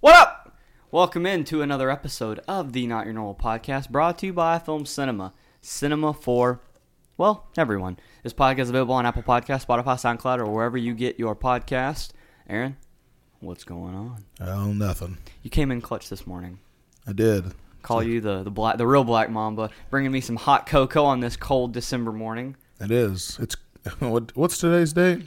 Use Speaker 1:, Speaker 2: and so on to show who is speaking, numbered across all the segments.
Speaker 1: What up? Welcome in to another episode of the Not Your Normal Podcast, brought to you by Film Cinema. Cinema for, well, everyone. This podcast is available on Apple Podcast, Spotify, SoundCloud, or wherever you get your podcast. Aaron, what's going on?
Speaker 2: Oh, nothing.
Speaker 1: You came in clutch this morning.
Speaker 2: I did.
Speaker 1: Call you the the black, the real Black Mamba, bringing me some hot cocoa on this cold December morning.
Speaker 2: It is. It's what, what's today's date?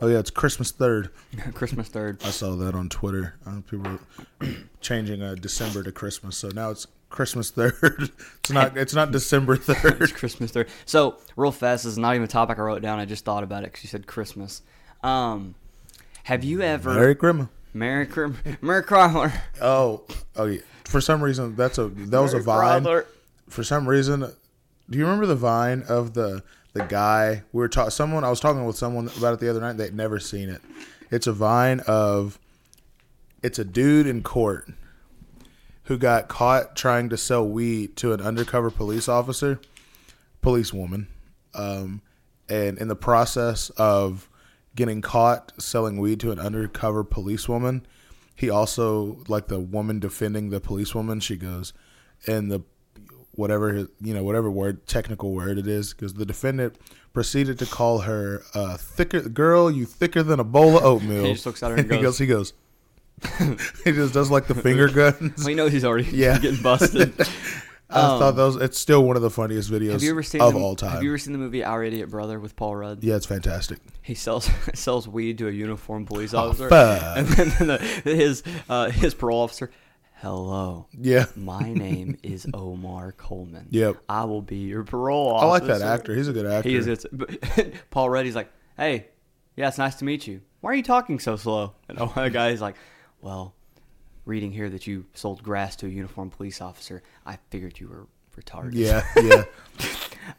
Speaker 2: Oh yeah, it's Christmas third.
Speaker 1: Christmas third.
Speaker 2: I saw that on Twitter. Uh, people were changing uh, December to Christmas, so now it's Christmas third. It's not. It's not December
Speaker 1: It's
Speaker 2: third.
Speaker 1: Christmas third. So real fast this is not even a topic I wrote down. I just thought about it because you said Christmas. Um, have you ever
Speaker 2: Merry Christmas.
Speaker 1: Merry Crim- Merry Crawler?
Speaker 2: Oh, oh yeah. For some reason, that's a that was a
Speaker 1: Merry
Speaker 2: vine.
Speaker 1: Crawler.
Speaker 2: For some reason, do you remember the vine of the the guy we were talking? Someone I was talking with someone about it the other night. They'd never seen it. It's a vine of it's a dude in court who got caught trying to sell weed to an undercover police officer, police woman, um, and in the process of getting caught selling weed to an undercover police woman, he also like the woman defending the police woman. She goes, and the whatever his- you know whatever word technical word it is because the defendant proceeded to call her uh, thicker girl you thicker than a bowl of oatmeal
Speaker 1: He just looks at her and
Speaker 2: he
Speaker 1: goes-
Speaker 2: goes he goes he just does like the finger guns
Speaker 1: Well, you know he's already
Speaker 2: Yeah.
Speaker 1: getting busted.
Speaker 2: I thought that was, it's still one of the funniest videos
Speaker 1: um, Have you ever seen
Speaker 2: of
Speaker 1: the-
Speaker 2: all time.
Speaker 1: Have you ever seen the movie Our Idiot Brother with Paul Rudd?
Speaker 2: yeah, it's fantastic.
Speaker 1: He sells sells weed to a uniformed police officer,
Speaker 2: Oh, fuck.
Speaker 1: and then the, his uh, his parole officer. Hello.
Speaker 2: Yeah.
Speaker 1: My name is Omar Coleman.
Speaker 2: Yep.
Speaker 1: I will be your parole
Speaker 2: I
Speaker 1: officer.
Speaker 2: like that actor. He's a good actor.
Speaker 1: He is. It's, but Paul Reddy's like, hey, yeah, it's nice to meet you. Why are you talking so slow? And the other guy's like, well, reading here that you sold grass to a uniformed police officer, I figured you were retarded.
Speaker 2: Yeah, yeah.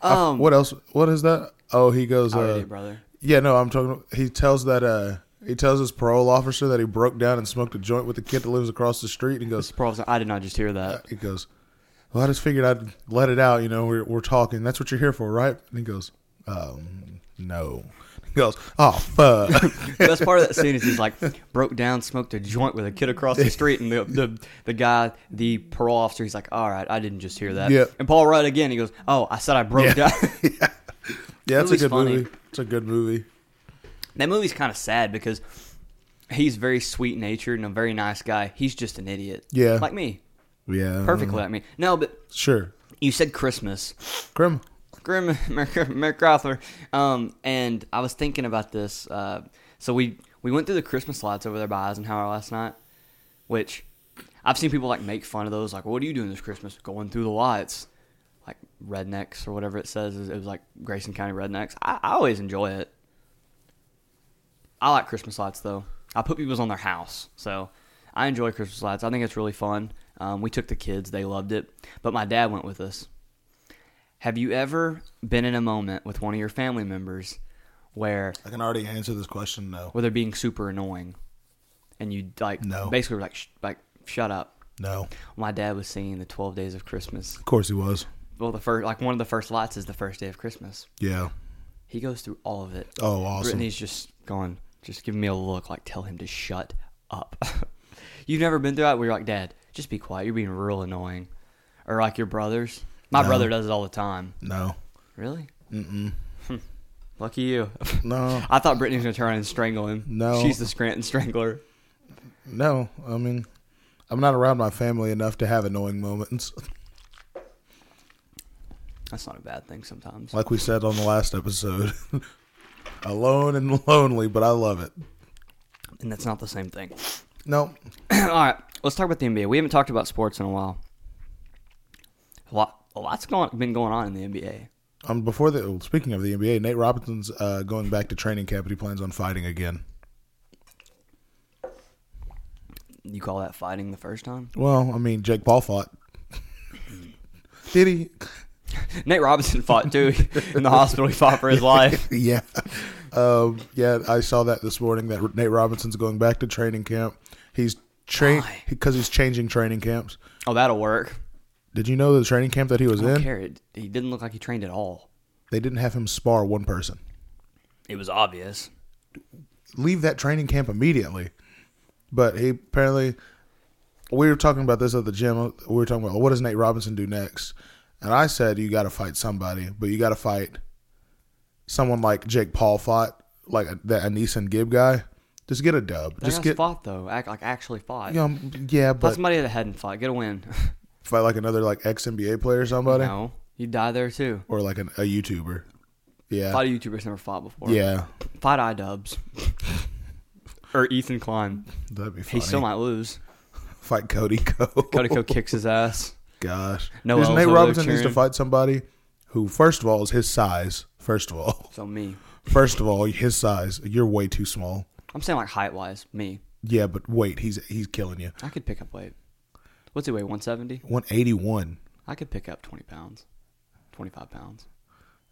Speaker 1: Um,
Speaker 2: what else? What is that? Oh, he goes.
Speaker 1: Our
Speaker 2: Uh,
Speaker 1: Idiot Brother.
Speaker 2: yeah, no, I'm talking. He tells that. Uh, he tells his parole officer that he broke down and smoked a joint with the kid that lives across the street. And he goes.
Speaker 1: This parole officer, I did not just hear that.
Speaker 2: He goes. Well, I just figured I'd let it out. You know, we're we're talking. That's what you're here for, right? And he goes. Um, no. He goes. Oh fuck.
Speaker 1: The best part of that scene is he's like broke down, smoked a joint with a kid across the street, and the the, the guy, the parole officer, he's like, "All right, I didn't just hear that."
Speaker 2: Yep.
Speaker 1: And Paul Rudd again, he goes, "Oh, I said I broke
Speaker 2: Yeah.
Speaker 1: down."
Speaker 2: yeah, it's a
Speaker 1: Movie's
Speaker 2: good
Speaker 1: funny.
Speaker 2: movie. It's a good movie.
Speaker 1: that movie's kind of sad because he's very sweet natured and a very nice guy. He's just an idiot.
Speaker 2: Yeah. Mm-hmm.
Speaker 1: Like me.
Speaker 2: Yeah.
Speaker 1: Perfectly like me. No, but
Speaker 2: Sure.
Speaker 1: you said Christmas.
Speaker 2: Grim.
Speaker 1: Grim Merry Crawler. Um, and I was thinking about this. Uh, so we we went through the Christmas lights over there by Eisenhower last night, which I've seen people like make fun of those. Like, what are you doing this Christmas? Going through the lights, like rednecks or whatever it says. It was like Grayson County rednecks. I, I always enjoy it. I like Christmas lights though. I put people's on their house, so I enjoy Christmas lights. I think it's really fun. Um, we took the kids; they loved it. But my dad went with us. Have you ever been in a moment with one of your family members where
Speaker 2: I can already answer this question. No.
Speaker 1: where they're being super annoying, and you like
Speaker 2: No.
Speaker 1: basically were like sh- like shut up?
Speaker 2: No.
Speaker 1: My dad was singing the Twelve Days of Christmas.
Speaker 2: Of course he was.
Speaker 1: Well, the first like one of the first lights is the first day of Christmas.
Speaker 2: Yeah.
Speaker 1: He goes through all of it.
Speaker 2: Oh, awesome.
Speaker 1: Brittany's just gone, just giving me a look like tell him to shut up. You've never been through that where you're like, Dad, just be quiet. You're being real annoying, or like your brothers. My brother does it all the time.
Speaker 2: No.
Speaker 1: Really? Mm-mm. Lucky you.
Speaker 2: No.
Speaker 1: I thought Brittany was gonna turn around and strangle him.
Speaker 2: No.
Speaker 1: she's the Scranton strangler.
Speaker 2: No. I mean, I'm not around my family enough to have annoying moments.
Speaker 1: That's not a bad thing sometimes.
Speaker 2: Like we said on the last episode. Alone and lonely, but I love it.
Speaker 1: And that's not the same thing.
Speaker 2: No.
Speaker 1: all right, let's talk about the NBA. We haven't talked about sports in a while. A lot, a lot's going, been going on in the NBA.
Speaker 2: Um, before the well, speaking of the NBA, Nate Robinson's uh, going back to training camp and he plans on fighting again.
Speaker 1: You call that fighting the first time?
Speaker 2: Well, I mean, Jake Paul fought. Did he?
Speaker 1: Nate Robinson fought too in the hospital. He fought for his life.
Speaker 2: yeah. Um, yeah, I saw that this morning that Nate Robinson's going back to training camp. He's train
Speaker 1: Why?
Speaker 2: because he's changing training camps.
Speaker 1: Oh, that'll work.
Speaker 2: Did you know the training camp that he was
Speaker 1: I don't
Speaker 2: in?
Speaker 1: care. It- He didn't look like he trained at all.
Speaker 2: They didn't have him spar one person.
Speaker 1: It was obvious.
Speaker 2: Leave that training camp immediately. But he apparently we were talking about this at the gym. We were talking about what does Nate Robinson do next, and I said you got to fight somebody, but you got to fight someone like Jake Paul fought, like that Anison Gibb guy. Just get a dub.
Speaker 1: That
Speaker 2: Just
Speaker 1: guy's
Speaker 2: get
Speaker 1: fought though. Act like actually fought.
Speaker 2: you know, yeah,
Speaker 1: Fight
Speaker 2: but
Speaker 1: somebody that hadn't fought. Get a win.
Speaker 2: fight like another like ex NBA player or somebody,
Speaker 1: no, you die there too.
Speaker 2: or like an, a YouTuber. Yeah,
Speaker 1: Fight a YouTuber's never fought before.
Speaker 2: yeah,
Speaker 1: Fight iDubbbz or Ethan Klein.
Speaker 2: that'd be
Speaker 1: He
Speaker 2: funny.
Speaker 1: still might lose.
Speaker 2: fight Cody Co.
Speaker 1: Cody Co kicks his ass.
Speaker 2: Gosh,
Speaker 1: No,
Speaker 2: Just
Speaker 1: I was
Speaker 2: Nate
Speaker 1: over there
Speaker 2: Robinson needs to
Speaker 1: cheering.
Speaker 2: fight somebody who, first of all, is his size. First of all,
Speaker 1: So me.
Speaker 2: first of all, his size. You're way too small.
Speaker 1: I'm saying like height wise, me.
Speaker 2: Yeah, but wait, he's he's killing you.
Speaker 1: I could pick up weight. What's he weigh? 170.
Speaker 2: 181.
Speaker 1: I could pick up 20 pounds, 25 pounds.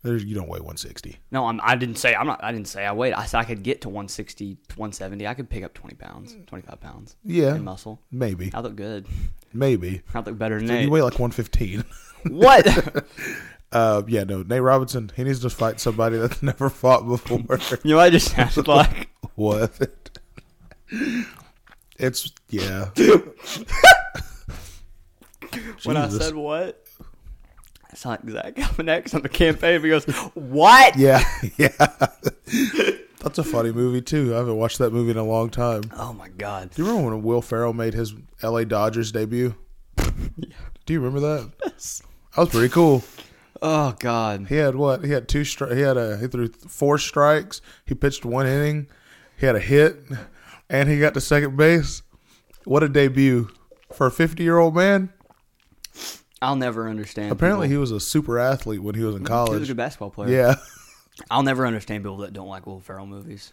Speaker 2: There's you don't weigh 160.
Speaker 1: No, I'm, I didn't say I'm not. I didn't say I weighed. I said I could get to 160, 170. I could pick up 20 pounds, 25 pounds.
Speaker 2: Yeah.
Speaker 1: in muscle.
Speaker 2: Maybe,
Speaker 1: I look good.
Speaker 2: maybe.
Speaker 1: I look better than
Speaker 2: Dude,
Speaker 1: Nate.
Speaker 2: you weigh like 115.
Speaker 1: what?
Speaker 2: Uh, yeah, no. Nate Robinson, he needs to fight somebody that's never fought before.
Speaker 1: you know, I just sounded like
Speaker 2: what? It's yeah.
Speaker 1: when I
Speaker 2: Jesus.
Speaker 1: said what. I sound like Zach Galifianakis on the campaign. He goes, "What?"
Speaker 2: Yeah, yeah. That's a funny movie too. I haven't watched that movie in a long time. Do
Speaker 1: Oh my god!
Speaker 2: you remember when Will Ferrell made his L.A. Dodgers debut? Do you remember that? That was pretty cool.
Speaker 1: Oh god!
Speaker 2: He had what? He had two stri- He had a he threw four strikes. He pitched one inning. He had a hit, and he got to second base. What a debut for a fifty-year-old man!
Speaker 1: I'll never understand.
Speaker 2: Apparently,
Speaker 1: people.
Speaker 2: he was a super athlete when he was
Speaker 1: he
Speaker 2: in
Speaker 1: was a
Speaker 2: college.
Speaker 1: good basketball player.
Speaker 2: Yeah,
Speaker 1: I'll never understand people that don't like Will Ferrell movies.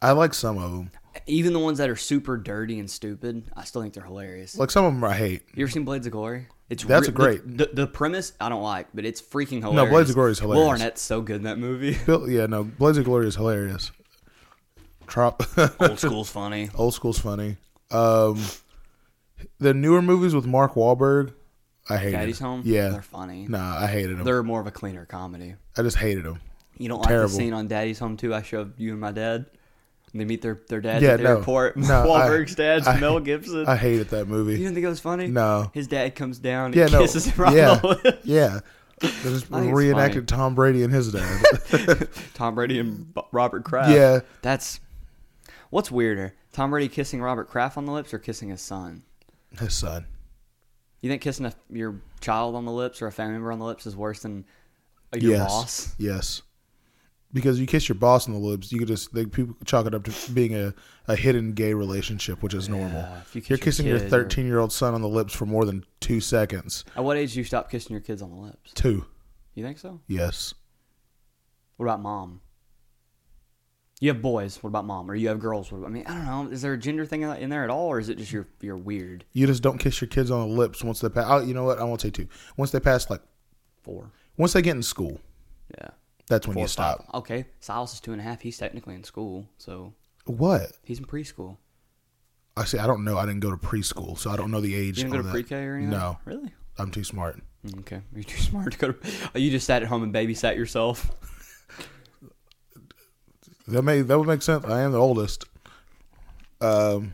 Speaker 2: I like some of them.
Speaker 1: Even the ones that are super dirty and stupid, I still think they're hilarious.
Speaker 2: Like some of them, I hate.
Speaker 1: You ever seen Blades of Glory? It's
Speaker 2: That's
Speaker 1: re-
Speaker 2: great.
Speaker 1: The, the, the premise I don't like, but it's freaking hilarious.
Speaker 2: Blades of Glory is
Speaker 1: Will
Speaker 2: hilarious.
Speaker 1: Arnett's so good in that movie.
Speaker 2: Bill, yeah, no, Blades of Glory is hilarious. Trop,
Speaker 1: Old school's funny.
Speaker 2: old school's funny. Um, the newer movies with Mark Wahlberg, I hated.
Speaker 1: Daddy's Home.
Speaker 2: Yeah,
Speaker 1: they're funny.
Speaker 2: nah, I hated him.
Speaker 1: They're more of a cleaner comedy.
Speaker 2: I just hated him.
Speaker 1: You don't like
Speaker 2: Terrible.
Speaker 1: the scene on Daddy's Home too? I showed you and my dad. And they meet their their dad
Speaker 2: Yeah,
Speaker 1: at the
Speaker 2: no.
Speaker 1: airport.
Speaker 2: No, I-
Speaker 1: Wahlberg's dad's
Speaker 2: I-
Speaker 1: Mel Gibson.
Speaker 2: I hated that
Speaker 1: you
Speaker 2: movie.
Speaker 1: didn't think it was funny?
Speaker 2: No.
Speaker 1: His dad comes down and
Speaker 2: Yeah, no.
Speaker 1: kisses him right
Speaker 2: yeah,
Speaker 1: on the lips.
Speaker 2: yeah. They just
Speaker 1: funny.
Speaker 2: reenacted Tom Brady and his dad.
Speaker 1: Tom Brady and B- Robert Kraft.
Speaker 2: yeah,
Speaker 1: That's what's weirder, Tom Brady kissing Robert Kraft on the lips or kissing his son?
Speaker 2: his son.
Speaker 1: You think kissing a, your child on the lips or a family member on the lips is worse than uh, your
Speaker 2: Yes,
Speaker 1: boss?
Speaker 2: yes. Because you kiss your boss in the lips, you could just they, people chalk it up to being a, a hidden gay relationship, which is normal.
Speaker 1: Yeah, if you kiss
Speaker 2: You're
Speaker 1: your
Speaker 2: kissing your
Speaker 1: kid or-
Speaker 2: 13 year old son on the lips for more than two seconds.
Speaker 1: At what age do you stop kissing your kids on the lips?
Speaker 2: Two.
Speaker 1: You think so?
Speaker 2: Yes.
Speaker 1: What about mom? You have boys. What about mom? Or you have girls? What about, I mean, I don't know. Is there a gender thing in there at all, or is it just you're you're weird?
Speaker 2: You just don't kiss your kids on the lips once they pass. Oh, you know what? I won't say two. Once they pass, like
Speaker 1: Four.
Speaker 2: once they get in school,
Speaker 1: Yeah.
Speaker 2: that's when
Speaker 1: Four
Speaker 2: you
Speaker 1: or
Speaker 2: stop.
Speaker 1: five. Okay. Silas is two and a half. He's technically in school, so
Speaker 2: What?
Speaker 1: he's in preschool.
Speaker 2: I see. I don't know. I didn't go to preschool, so I don't know the age.
Speaker 1: You didn't go
Speaker 2: on
Speaker 1: to
Speaker 2: that.
Speaker 1: pre-K or anything?
Speaker 2: No,
Speaker 1: Really?
Speaker 2: I'm too smart.
Speaker 1: Mm, Okay. You're too smart to go to. Oh, you just sat at home and babysat yourself.
Speaker 2: That may that would make sense. I am the oldest. Um,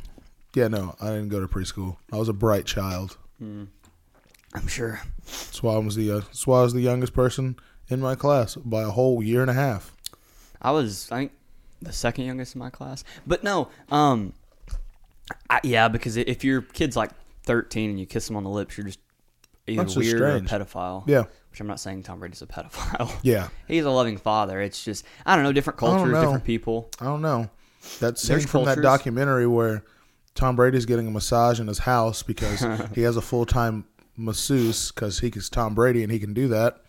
Speaker 2: yeah, no, I didn't go to preschool. I was a bright child.
Speaker 1: I'm sure.
Speaker 2: That's why I was the uh, that's why I was the youngest person in my class by a whole year and a half.
Speaker 1: I was, I think, the second youngest in my class. But no, um, I, yeah, because i- if your kid's like 13 and you kiss them on the lips, you're just either
Speaker 2: That's just
Speaker 1: weird or a
Speaker 2: strange.
Speaker 1: pedophile.
Speaker 2: Yeah.
Speaker 1: Which I'm not saying Tom Brady's a pedophile.
Speaker 2: Yeah.
Speaker 1: He's a loving father. It's just, I don't know, different
Speaker 2: don't
Speaker 1: cultures,
Speaker 2: know.
Speaker 1: different people.
Speaker 2: I don't know. That scene
Speaker 1: There's
Speaker 2: from that
Speaker 1: cultures.
Speaker 2: documentary where Tom Brady's getting a massage in his house because he has a full time masseuse because he is Tom Brady and he can do that.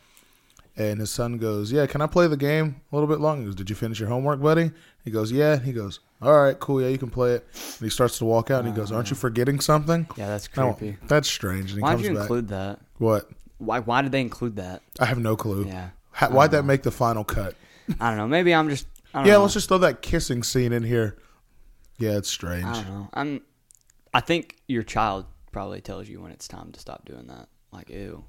Speaker 2: And his son goes, "Yeah, can I play the game a little bit longer?" He goes, "Did you finish your homework, buddy?" He goes, "Yeah." He goes, "All right, cool. Yeah, you can play it." And he starts to walk out and he goes, "Aren't you forgetting something?"
Speaker 1: Yeah, that's
Speaker 2: And I
Speaker 1: creepy.
Speaker 2: went, That's strange. And he
Speaker 1: Why'd
Speaker 2: comes
Speaker 1: you
Speaker 2: back.
Speaker 1: include that?
Speaker 2: what?
Speaker 1: Why, why did they include that?
Speaker 2: I have no clue.
Speaker 1: Yeah. Oh.
Speaker 2: How, why'd that make the final cut?
Speaker 1: I don't know. Maybe I'm just, I don't
Speaker 2: Yeah,
Speaker 1: know.
Speaker 2: let's just throw that kissing scene in here. Yeah, it's strange.
Speaker 1: I don't know. I'm, I think your child probably tells you when it's time to stop doing that. Like, ew.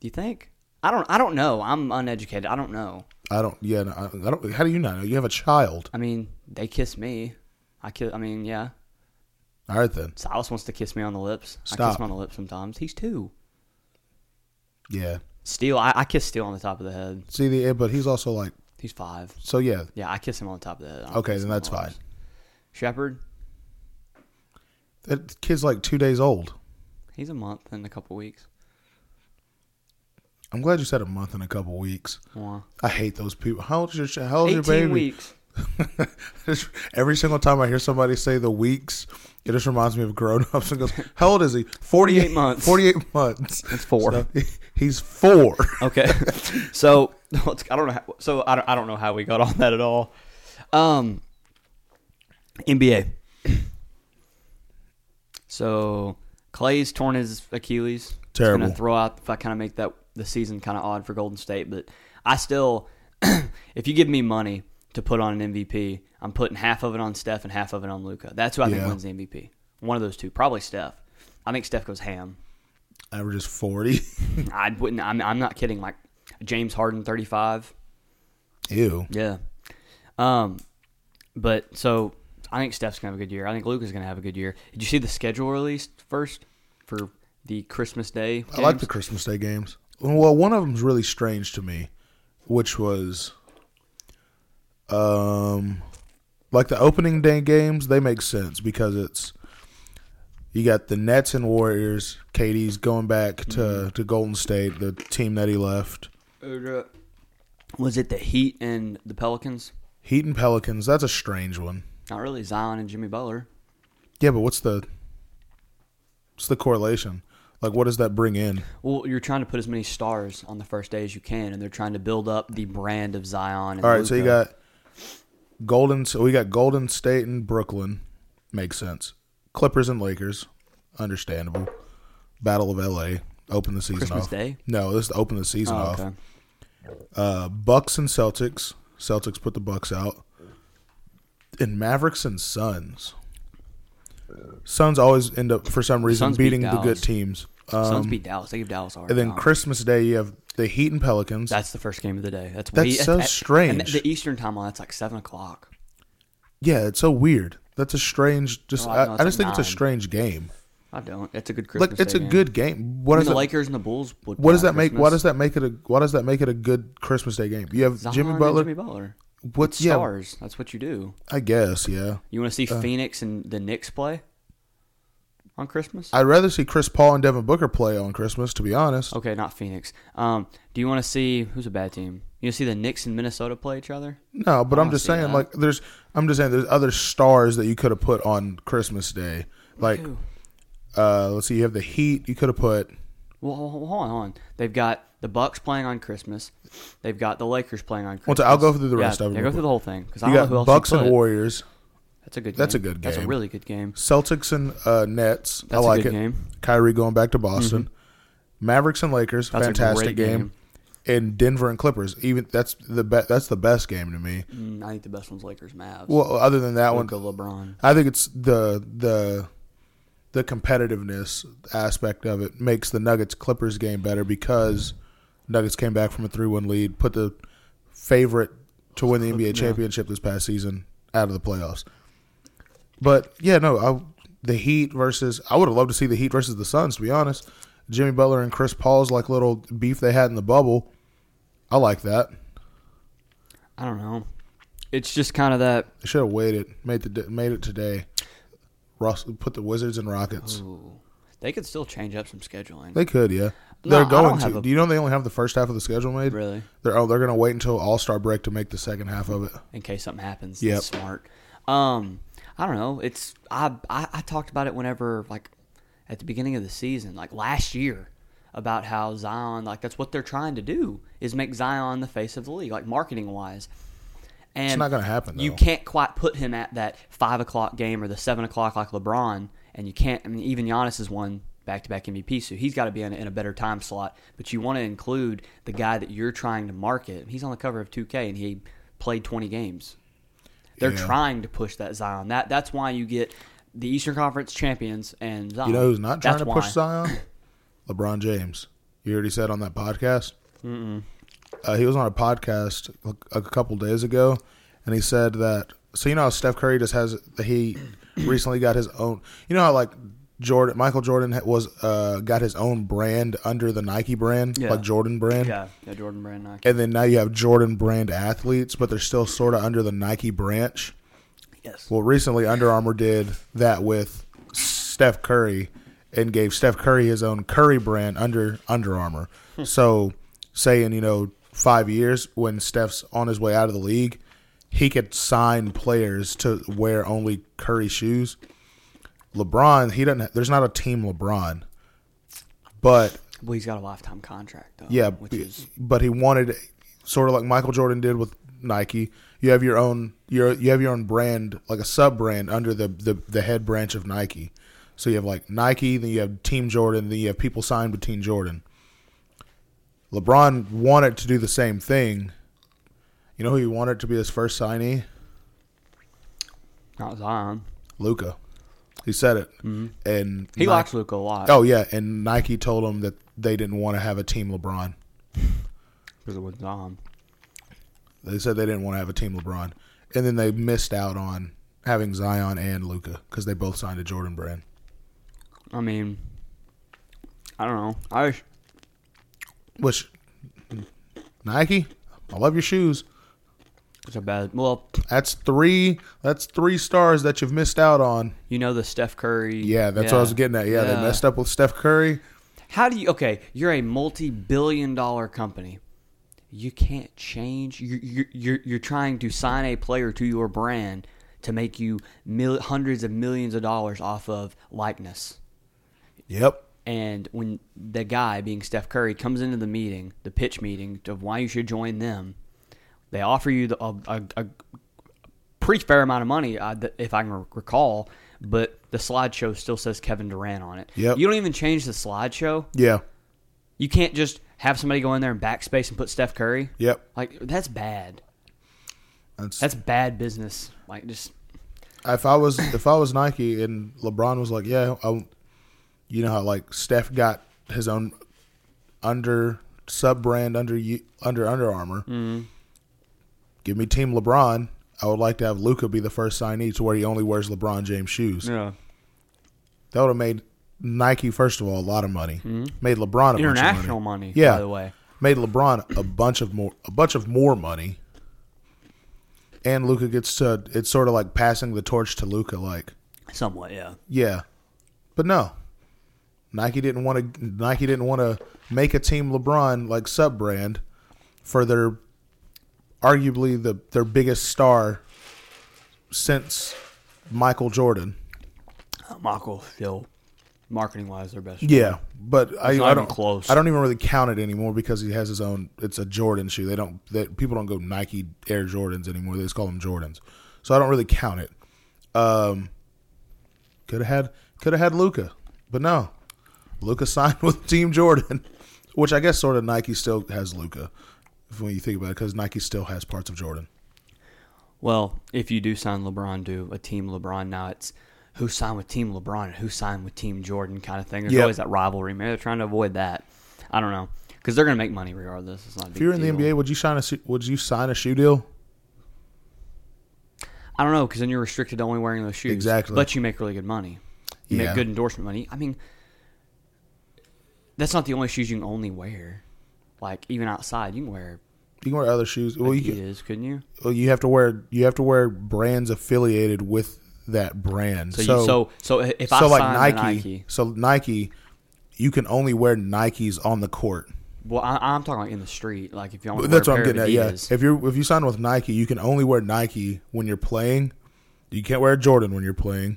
Speaker 1: Do you think? I don't. I don't know. I'm uneducated. I don't know.
Speaker 2: I don't. Yeah, no, I, I don't. How do you not know? You have a child.
Speaker 1: I mean, they kiss me. I kiss. I mean, yeah.
Speaker 2: All right then.
Speaker 1: Silas wants to kiss me on the lips. I
Speaker 2: Stop.
Speaker 1: kiss him on the lips sometimes. He's two.
Speaker 2: Yeah.
Speaker 1: Steel, I, I kiss Steel on the top of the head.
Speaker 2: See the yeah, but he's also like
Speaker 1: He's five.
Speaker 2: so yeah.
Speaker 1: Yeah, I kiss him on the top of the head. I don't
Speaker 2: Okay,
Speaker 1: kiss
Speaker 2: then
Speaker 1: him on
Speaker 2: that's
Speaker 1: the
Speaker 2: fine.
Speaker 1: lips. Shepard,
Speaker 2: That kid's like two days old.
Speaker 1: he's a month in a couple weeks.
Speaker 2: I'm glad you said a month and a couple weeks.
Speaker 1: Mwah.
Speaker 2: I hate those people. How old's your sh- how old's your
Speaker 1: 18
Speaker 2: baby?
Speaker 1: weeks.
Speaker 2: Every single time I hear somebody say the weeks, it just reminds me of grown ups and goes, How old is he? 48,
Speaker 1: 48 months.
Speaker 2: Forty eight months.
Speaker 1: It's four.
Speaker 2: So, he's four.
Speaker 1: Okay. so let's- I don't know. How, so I don't, I don't know how we got on that at all. Um, NBA. So Clay's torn his Achilles. It's
Speaker 2: Terrible.
Speaker 1: gonna throw out. If I kind of make that the season kind of odd for Golden State, but I still, if you give me money to put on an MVP, I'm putting half of it on Steph and half of it on Luca. That's who I think
Speaker 2: Yeah.
Speaker 1: wins the MVP. One of those two, probably Steph. I think Steph goes ham.
Speaker 2: Averages forty.
Speaker 1: I wouldn't. I'm, I'm not kidding. Like James Harden, 35.
Speaker 2: Ew.
Speaker 1: Yeah. Um, but so I think Steph's gonna have a good year. I think Luca's gonna have a good year. Did you see the schedule released first for the Christmas Day?
Speaker 2: I like the
Speaker 1: games?
Speaker 2: Christmas Day games. Well, one of them's really strange to me, which was, um, like the opening day games. They make sense because it's you got the Nets and Warriors. Katie's going back to to Golden State, the team that he left.
Speaker 1: Was it the Heat and the Pelicans?
Speaker 2: Heat and Pelicans. That's a strange one.
Speaker 1: Not really. Zion and Jimmy Butler.
Speaker 2: Yeah, but what's the what's the correlation? Like, what does that bring in?
Speaker 1: Well, you're trying to put as many stars on the first day as you can, and they're trying to build up the brand of Zion. And
Speaker 2: All right, so you
Speaker 1: Luka.
Speaker 2: got Golden. So we got Golden State and Brooklyn. Makes sense. Clippers and Lakers, understandable. Battle of L.A. Open the season
Speaker 1: Christmas
Speaker 2: off.
Speaker 1: Day?
Speaker 2: No, this is to open the season
Speaker 1: Oh,
Speaker 2: off.
Speaker 1: okay.
Speaker 2: Uh, Bucks and Celtics. Celtics put the Bucks out. And Mavericks and Suns. Suns always end up for some reason
Speaker 1: Suns beat
Speaker 2: beating the good
Speaker 1: Dallas.
Speaker 2: teams. Um,
Speaker 1: Suns beat Dallas. They give Dallas a hard
Speaker 2: and then
Speaker 1: time.
Speaker 2: Christmas Day, you have the Heat and Pelicans.
Speaker 1: That's the first game of the day. That's,
Speaker 2: That's
Speaker 1: way-
Speaker 2: so
Speaker 1: and
Speaker 2: strange.
Speaker 1: The Eastern timeline. That's like seven o'clock.
Speaker 2: Yeah, it's so weird. That's a strange. Just
Speaker 1: Oh, I
Speaker 2: I,
Speaker 1: know,
Speaker 2: I
Speaker 1: it's
Speaker 2: just
Speaker 1: like
Speaker 2: think it's a
Speaker 1: nine.
Speaker 2: strange game.
Speaker 1: I don't. It's a good Christmas.
Speaker 2: Like it's
Speaker 1: Day
Speaker 2: a
Speaker 1: game.
Speaker 2: good game. What
Speaker 1: I mean,
Speaker 2: does
Speaker 1: the
Speaker 2: that,
Speaker 1: Lakers and the Bulls. Would
Speaker 2: what does
Speaker 1: play on
Speaker 2: that make? Why
Speaker 1: Christmas.
Speaker 2: does that make it a? Why does that make it a good Christmas Day game? You have
Speaker 1: Zion
Speaker 2: Jimmy
Speaker 1: and
Speaker 2: Butler.
Speaker 1: Jimmy Butler.
Speaker 2: what's yeah? Uh.
Speaker 1: Stars. That's what you do.
Speaker 2: I guess yeah.
Speaker 1: You want to see Phoenix and the Knicks play on Christmas?
Speaker 2: I'd rather see Chris Paul and Devin Booker play on Christmas. To be honest,
Speaker 1: Okay, not Phoenix. Um, do you want to see who's a bad team? You want to see the Knicks and Minnesota play each other?
Speaker 2: no. But I'm
Speaker 1: wanna
Speaker 2: just
Speaker 1: see
Speaker 2: saying,
Speaker 1: that.
Speaker 2: like, there's. I'm just saying, there's other stars that you could have put on Christmas Day. Like,
Speaker 1: Who?
Speaker 2: uh, let's see, you have the Heat. You could have put.
Speaker 1: Well, hold on, hold on. They've got the Bucks playing on Christmas. They've got the Lakers playing on
Speaker 2: Well,
Speaker 1: Christmas.
Speaker 2: so I'll go through the
Speaker 1: Yeah,
Speaker 2: rest of
Speaker 1: yeah,
Speaker 2: them.
Speaker 1: go through the whole thing because I
Speaker 2: You
Speaker 1: don't know who
Speaker 2: got
Speaker 1: else
Speaker 2: Bucks
Speaker 1: you
Speaker 2: and
Speaker 1: put.
Speaker 2: Warriors,
Speaker 1: That's a good.
Speaker 2: That's
Speaker 1: game.
Speaker 2: a good
Speaker 1: That's a
Speaker 2: game.
Speaker 1: really good game.
Speaker 2: Celtics and uh, Nets.
Speaker 1: That's
Speaker 2: I like
Speaker 1: a good
Speaker 2: it.
Speaker 1: game.
Speaker 2: Kyrie going back to Boston. Mavericks and Lakers,
Speaker 1: Mm-hmm. That's a great
Speaker 2: fantastic game.
Speaker 1: game.
Speaker 2: And Denver and Clippers, even that's the be- that's the best game to me.
Speaker 1: Mm, I think the best one's Lakers Mavs.
Speaker 2: Well, other than that
Speaker 1: Luka,
Speaker 2: one,
Speaker 1: LeBron.
Speaker 2: I think it's the the the competitiveness aspect of it makes the Nuggets Clippers game better because Nuggets came back from a three one lead, put the favorite to win the NBA championship this past season out of the playoffs. But yeah, no, I, the Heat versus I would have loved to see the Heat versus the Suns. To be honest, Jimmy Butler and Chris Paul's like little beef they had in the bubble. I like that.
Speaker 1: I don't know. It's just kind of that.
Speaker 2: They should have waited, made the made it today. Russ put the Wizards and Rockets.
Speaker 1: Ooh, they could still change up some scheduling.
Speaker 2: They could, yeah.
Speaker 1: No,
Speaker 2: They're
Speaker 1: I
Speaker 2: going
Speaker 1: don't
Speaker 2: to.
Speaker 1: have a-
Speaker 2: Do you know they only have the first half of the schedule made?
Speaker 1: really,
Speaker 2: They're oh, they're going to wait until All Star break to make the second half of it.
Speaker 1: in case something happens.
Speaker 2: Yep.
Speaker 1: That's smart. Um, I don't know. It's I, I I talked about it whenever like at the beginning of the season, like last year, about how Zion like that's what they're trying to do is make Zion the face of the league, like marketing wise. And
Speaker 2: It's not going to happen. Though.
Speaker 1: you can't quite put him at that five o'clock game or the seven o'clock like LeBron, and you can't. I mean, even Giannis has won back-to-back MVP, so he's got to be in a, in a better time slot. But you want to include the guy that you're trying to market. He's on the cover of 2K, and he played 20 games. They're
Speaker 2: Yeah.
Speaker 1: trying to push that Zion. That that's why you get the Eastern Conference champions and Zion.
Speaker 2: You know who's not trying
Speaker 1: That's
Speaker 2: to push
Speaker 1: why.
Speaker 2: Zion? LeBron James. You already said on that podcast. Uh, he was on a podcast a, a couple days ago, and he said that. So you know, how Steph Curry just has he recently got his own. You know how like Jordan, Michael Jordan ha- was uh, got his own brand under the Nike brand,
Speaker 1: Yeah.
Speaker 2: like Jordan brand.
Speaker 1: Yeah, yeah, Jordan Brand Nike.
Speaker 2: And then now you have Jordan brand athletes, but they're still sort of under the Nike branch.
Speaker 1: Yes.
Speaker 2: Well, recently Under Armour did that with Steph Curry and gave Steph Curry his own Curry brand under Under Armour. so, say in you know five years when Steph's on his way out of the league, he could sign players to wear only Curry shoes. LeBron, he doesn't. There's not a team LeBron, but
Speaker 1: Well, he's got a lifetime contract though.
Speaker 2: yeah,
Speaker 1: which
Speaker 2: b-
Speaker 1: is
Speaker 2: but he wanted sort of like Michael Jordan did with Nike. You have your own your you have your own brand, like a sub brand under the, the the head branch of Nike. So you have like Nike, then you have Team Jordan, then you have people signed with Team Jordan. LeBron wanted to do the same thing. You know who he wanted to be his first signee?
Speaker 1: not Zion.
Speaker 2: Luca. He said it, and
Speaker 1: Mm-hmm. He
Speaker 2: Nike-
Speaker 1: likes Luca a lot
Speaker 2: Oh yeah, and Nike told him that they didn't want to have a team LeBron.
Speaker 1: because it was Zion.
Speaker 2: They said they didn't want to have a team LeBron, and then they missed out on having Zion and Luca because they both signed a Jordan brand.
Speaker 1: I mean, I don't know. I just-
Speaker 2: Which Nike, I love your shoes.
Speaker 1: it's a bad. Well,
Speaker 2: That's three. That's three stars that you've missed out on.
Speaker 1: you know the Steph Curry.
Speaker 2: Yeah, that's what I was getting at. Yeah, they messed up with Steph Curry.
Speaker 1: How do you? Okay, you're a multi-billion-dollar company. You can't change. You're you're, you're you're trying to sign a player to your brand to make you mil- hundreds of millions of dollars off of likeness.
Speaker 2: Yep.
Speaker 1: And when the guy, being Steph Curry, comes into the meeting, the pitch meeting of why you should join them, they offer you the, a, a, a pretty fair amount of money, uh, th- if I can re- recall. But the slideshow still says Kevin Durant on it.
Speaker 2: Yep.
Speaker 1: You don't even change the slideshow.
Speaker 2: Yeah.
Speaker 1: You can't just have somebody go in there and backspace and put Steph Curry.
Speaker 2: Yep.
Speaker 1: Like that's bad.
Speaker 2: That's,
Speaker 1: That's bad business. Like just
Speaker 2: if I was if I was Nike and LeBron was like, yeah, I, you know how like Steph got his own under sub brand under U- under Under Armour.
Speaker 1: Mm-hmm.
Speaker 2: Give me Team LeBron. I would like to have Luca be the first signee to where he only wears LeBron James shoes.
Speaker 1: yeah.
Speaker 2: That would have made Nike first of all a lot of money. Made LeBron a bunch of
Speaker 1: Mm-hmm. international
Speaker 2: money.
Speaker 1: money.
Speaker 2: Yeah.
Speaker 1: By the way,
Speaker 2: Made LeBron a bunch of more a bunch of more money. And Luca gets to it's sort of like passing the torch to Luca like
Speaker 1: somewhat. Yeah.
Speaker 2: yeah, but no, Nike didn't want to. Nike didn't want to make a team LeBron like sub brand for their arguably the their biggest star since Michael Jordan.
Speaker 1: Uh, Michael still marketing wise their best.
Speaker 2: Yeah, but I,
Speaker 1: not
Speaker 2: I
Speaker 1: even
Speaker 2: don't
Speaker 1: close.
Speaker 2: I don't even really count it anymore because he has his own. It's a Jordan shoe. They don't that people don't go Nike Air Jordans anymore. They just call them Jordans. So I don't really count it. Um, could have had could have had Luca, but no, Luca signed with Team Jordan, which I guess sort of Nike still has Luca when you think about it because Nike still has parts of Jordan.
Speaker 1: Well, if you do sign LeBron to a team LeBron, now it's who signed with Team LeBron and who signed with Team Jordan kind of thing. There's
Speaker 2: Yep.
Speaker 1: always that rivalry. Maybe they're trying to avoid that. I don't know because they're going to make money regardless. It's not. A
Speaker 2: If you're in the NBA, would you sign a su- would you sign a shoe deal?
Speaker 1: I don't know because then you're restricted to only wearing those shoes.
Speaker 2: Exactly.
Speaker 1: But you make really good money. You
Speaker 2: Yeah.
Speaker 1: make good endorsement money. I mean, that's not the only shoes you can only wear. Like even outside, you can wear
Speaker 2: You can wear other shoes. Well, you can,
Speaker 1: Adidas, couldn't you?
Speaker 2: well, you have to wear you have to wear brands affiliated with that brand.
Speaker 1: So
Speaker 2: So so,
Speaker 1: you, so so if I
Speaker 2: like
Speaker 1: sign
Speaker 2: Nike,
Speaker 1: to Nike,
Speaker 2: so Nike, you can only wear Nikes on the court.
Speaker 1: well, I, I'm talking like in the street. Like if you want to
Speaker 2: But
Speaker 1: wear
Speaker 2: that's
Speaker 1: a
Speaker 2: what I'm
Speaker 1: pair
Speaker 2: getting
Speaker 1: of
Speaker 2: at. Yeah,
Speaker 1: Adidas,
Speaker 2: if you are if you sign with Nike, you can only wear Nike when you're playing. You can't wear Jordan when you're playing,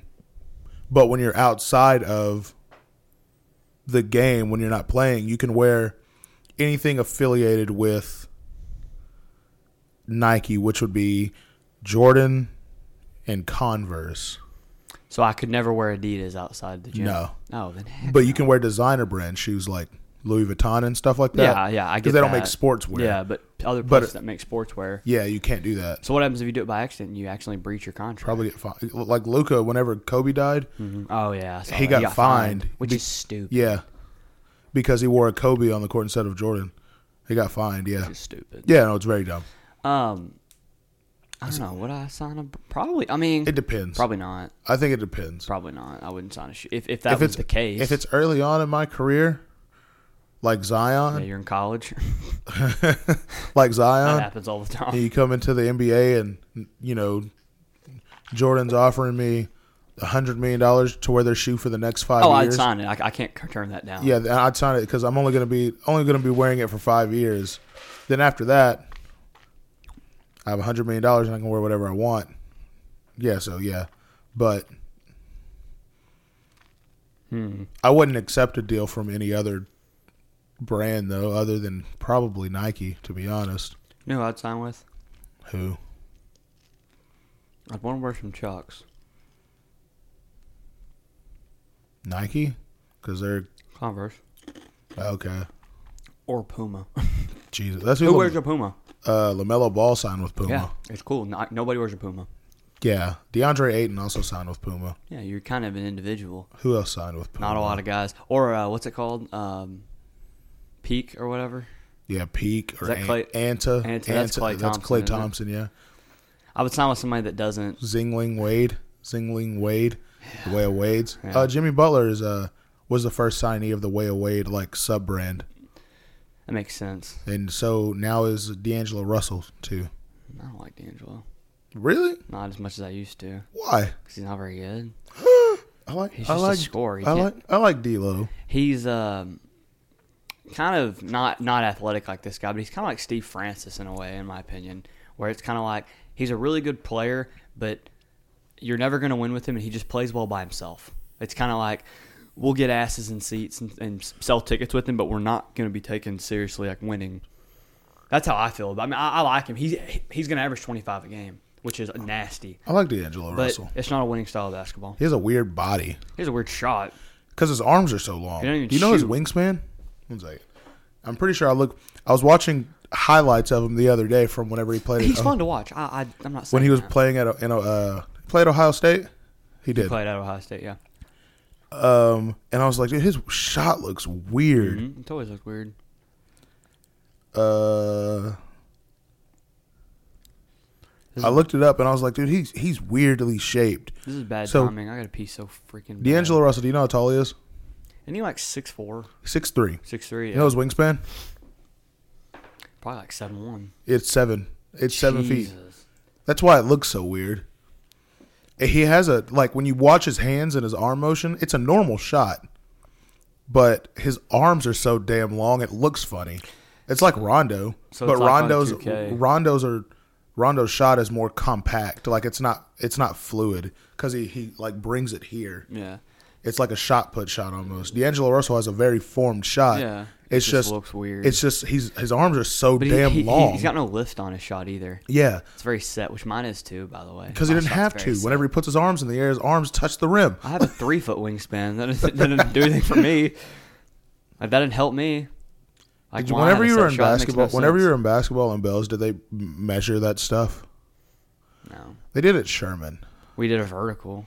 Speaker 2: but when you're outside of the game, when you're not playing, you can wear anything affiliated with Nike, which would be Jordan and Converse.
Speaker 1: So I could never wear Adidas outside the gym.
Speaker 2: No.
Speaker 1: Oh, then heck
Speaker 2: But you can wear designer brand shoes like Louis Vuitton and stuff like that.
Speaker 1: Yeah, yeah, I
Speaker 2: 'Cause
Speaker 1: get
Speaker 2: they don't make
Speaker 1: that.
Speaker 2: sportswear.
Speaker 1: Yeah, but other
Speaker 2: But-
Speaker 1: places that make sportswear.
Speaker 2: yeah, you can't do that.
Speaker 1: So what happens if you do it by accident? and You actually breach your contract.
Speaker 2: Probably get fined. Like Luca, whenever Kobe died,
Speaker 1: Mhm. Oh yeah, I saw
Speaker 2: He
Speaker 1: that.
Speaker 2: got fined
Speaker 1: which
Speaker 2: be-
Speaker 1: is stupid.
Speaker 2: yeah, because he wore a Kobe on the court instead of Jordan, he got fined. Yeah,
Speaker 1: Which is stupid.
Speaker 2: yeah, no, it's very dumb.
Speaker 1: Um, I don't know. Would I sign a probably? I mean,
Speaker 2: It depends.
Speaker 1: probably not.
Speaker 2: I think it depends.
Speaker 1: Probably not. I wouldn't sign a shoe if if that
Speaker 2: if
Speaker 1: was
Speaker 2: it's
Speaker 1: the case.
Speaker 2: if it's early on in my career, like
Speaker 1: yeah,
Speaker 2: Zion,
Speaker 1: you're in college.
Speaker 2: like
Speaker 1: that
Speaker 2: Zion,
Speaker 1: happens all the time.
Speaker 2: and you come into the NBA and you know Jordan's offering me a hundred million dollars to wear their shoe for the next five
Speaker 1: oh, I'd
Speaker 2: years.
Speaker 1: sign it. I, I can't c- turn that down.
Speaker 2: Yeah, then I'd sign it because I'm only gonna be only gonna be wearing it for five years. Then after that, I have a hundred million dollars and I can wear whatever I want. Yeah, so yeah, but
Speaker 1: Hmm.
Speaker 2: I wouldn't accept a deal from any other brand though, other than probably Nike. To be honest,
Speaker 1: You know who I'd sign with?
Speaker 2: who?
Speaker 1: I'd want to wear some Chucks.
Speaker 2: Nike? Because they're
Speaker 1: Converse.
Speaker 2: okay.
Speaker 1: Or Puma.
Speaker 2: Jesus, that's who,
Speaker 1: Who
Speaker 2: Lam-
Speaker 1: wears a Puma?
Speaker 2: uh, Lamelo Ball signed with Puma.
Speaker 1: Yeah, it's cool. Not, nobody wears a Puma.
Speaker 2: yeah, DeAndre Ayton also signed with Puma.
Speaker 1: Yeah, you're kind of an individual.
Speaker 2: Who else signed with Puma?
Speaker 1: Not a lot of guys. Or uh, what's it called? Um, Peak or whatever.
Speaker 2: Yeah, Peak or
Speaker 1: that
Speaker 2: An-
Speaker 1: Clay-
Speaker 2: Anta.
Speaker 1: Anta, that's Clay Thompson,
Speaker 2: Clay
Speaker 1: isn't it?
Speaker 2: Thompson, yeah.
Speaker 1: I would sign with somebody that doesn't.
Speaker 2: Zingling Wade. Zingling Wade. The Way of Wade's.
Speaker 1: Yeah.
Speaker 2: Uh, Jimmy Butler is uh, was the first signee of the Way of Wade like sub brand.
Speaker 1: That makes sense.
Speaker 2: And so now is D'Angelo Russell too.
Speaker 1: I don't like D'Angelo.
Speaker 2: Really?
Speaker 1: Not as much as I used to.
Speaker 2: Why?
Speaker 1: Because he's not very good.
Speaker 2: I like
Speaker 1: He's
Speaker 2: I
Speaker 1: just a
Speaker 2: like
Speaker 1: scorer. He
Speaker 2: I
Speaker 1: can't-
Speaker 2: like I like D'Lo.
Speaker 1: He's um, kind of not not athletic like this guy, but he's kind of like Steve Francis in a way, in my opinion, where it's kind of like he's a really good player, but you're never going to win with him, and he just plays well by himself. It's kind of like we'll get asses and seats and, and sell tickets with him, but we're not going to be taken seriously like winning. That's how I feel. I mean, I, I like him. He's he's going to average 25 a game, which is nasty,
Speaker 2: I like D'Angelo
Speaker 1: but
Speaker 2: Russell.
Speaker 1: it's not a winning style of basketball.
Speaker 2: He has a weird body
Speaker 1: Here's a weird shot.
Speaker 2: because his arms are so long.
Speaker 1: He don't even
Speaker 2: Do you know his
Speaker 1: shoot.
Speaker 2: wingspan? One second. I'm pretty sure I look. I was watching highlights of him the other day from whenever he played. at
Speaker 1: He's
Speaker 2: O-
Speaker 1: fun to watch. I, I I'm not saying
Speaker 2: when he was
Speaker 1: that.
Speaker 2: playing at in uh played Ohio State. He did.
Speaker 1: played at Ohio State. Yeah,
Speaker 2: um, and I was like, dude, his shot looks weird.
Speaker 1: mm-hmm. it always looked weird.
Speaker 2: Uh, I looked it up and I was like, dude, he's he's weirdly shaped.
Speaker 1: This is bad
Speaker 2: So-
Speaker 1: timing. I got to pee so freaking. bad.
Speaker 2: D'Angelo Russell, do you know how tall he is?
Speaker 1: Isn't he like six four,
Speaker 2: Six three.
Speaker 1: six three?
Speaker 2: You know his wingspan?
Speaker 1: probably like seven one.
Speaker 2: It's seven. It's seven feet. That's why it looks so weird. He has a like when you watch his hands and his arm motion, it's a normal shot. But his arms are so damn long, it looks funny. It's like Rondo,
Speaker 1: So
Speaker 2: but
Speaker 1: it's like on
Speaker 2: Rondo's
Speaker 1: 2K.
Speaker 2: Rondo's are Rondo's shot is more compact. Like it's not it's not fluid because he he like brings it here.
Speaker 1: Yeah,
Speaker 2: It's like a shot put shot almost. D'Angelo Russell has a very formed shot.
Speaker 1: Yeah. It
Speaker 2: it's
Speaker 1: just
Speaker 2: just,
Speaker 1: looks weird.
Speaker 2: It's just he's his arms are so
Speaker 1: but he,
Speaker 2: damn
Speaker 1: he,
Speaker 2: long.
Speaker 1: has got no lift on his shot either.
Speaker 2: yeah,
Speaker 1: It's very set, which mine is too, by the way.
Speaker 2: because he
Speaker 1: My
Speaker 2: didn't
Speaker 1: shot's
Speaker 2: have
Speaker 1: very
Speaker 2: to.
Speaker 1: set.
Speaker 2: Whenever he puts his arms in the air, his arms touch the rim.
Speaker 1: I have a three foot wingspan, that doesn't, that doesn't do anything for me. Like that didn't help me. Like
Speaker 2: Did you-
Speaker 1: why
Speaker 2: whenever
Speaker 1: had a
Speaker 2: you were
Speaker 1: set
Speaker 2: in
Speaker 1: shot, it makes
Speaker 2: basketball,
Speaker 1: no
Speaker 2: whenever you
Speaker 1: sense.
Speaker 2: were in basketball and Bells, did they m- measure that stuff?
Speaker 1: no,
Speaker 2: They did at Sherman.
Speaker 1: we did a vertical.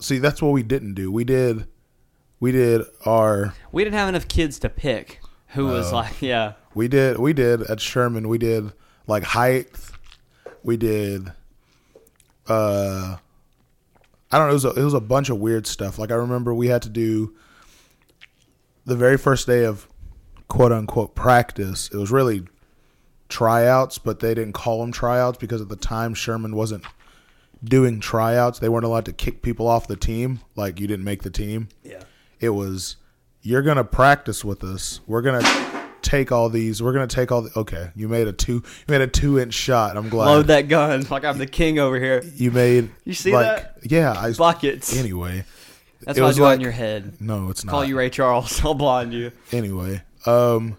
Speaker 2: See, that's what we didn't do. We did, we did our,
Speaker 1: We didn't have enough kids to pick. Who
Speaker 2: Oh.
Speaker 1: was like, yeah,
Speaker 2: we did, we did at Sherman. We did like height. We did, uh, I don't know. It was a, it was a bunch of weird stuff. Like I remember we had to do the very first day of quote unquote practice. It was really tryouts, but they didn't call them tryouts because at the time Sherman wasn't doing tryouts. They weren't allowed to kick people off the team. Like you didn't make the team.
Speaker 1: Yeah.
Speaker 2: It was you're gonna practice with us. We're gonna take all these. We're gonna take all. The, okay, you made a two. You made a two inch shot. I'm glad
Speaker 1: load that gun. Like I'm the king over here.
Speaker 2: you made.
Speaker 1: You see
Speaker 2: like, Yeah. I,
Speaker 1: Buckets.
Speaker 2: Anyway,
Speaker 1: That's
Speaker 2: it
Speaker 1: what I
Speaker 2: was
Speaker 1: do
Speaker 2: like- uh,
Speaker 1: on your head.
Speaker 2: no, it's
Speaker 1: Call
Speaker 2: not.
Speaker 1: you Ray Charles. I'll blind you.
Speaker 2: anyway, um,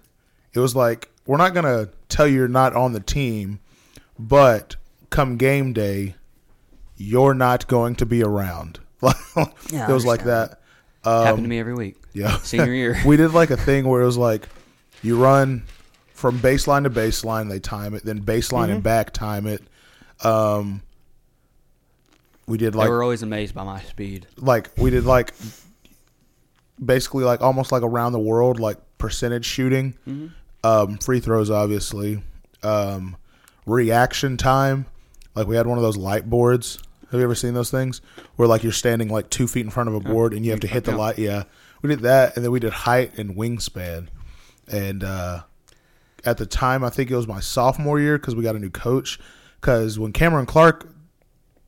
Speaker 2: it was like we're not gonna tell you you're not on the team, but come game day, you're not going to be around. Like
Speaker 1: Yeah, I
Speaker 2: it was like
Speaker 1: understand.
Speaker 2: that.
Speaker 1: Happened to me every week.
Speaker 2: um, Yeah,
Speaker 1: Senior year.
Speaker 2: we did like a thing where it was like you run from baseline to baseline, they time it, then baseline
Speaker 1: Mm-hmm.
Speaker 2: and back time it. Um, we did
Speaker 1: They
Speaker 2: like
Speaker 1: were always amazed by my speed.
Speaker 2: like we did like basically like almost like around the world like percentage shooting um free throws obviously um reaction time Like we had one of those light boards. Have you ever seen those things where like you're standing like two feet in front of a board and you have to hit the
Speaker 1: yeah.
Speaker 2: light? Yeah, we did that, and then we did height and wingspan. And uh, at the time, I think it was my sophomore year because we got a new coach. Because when Cameron Clark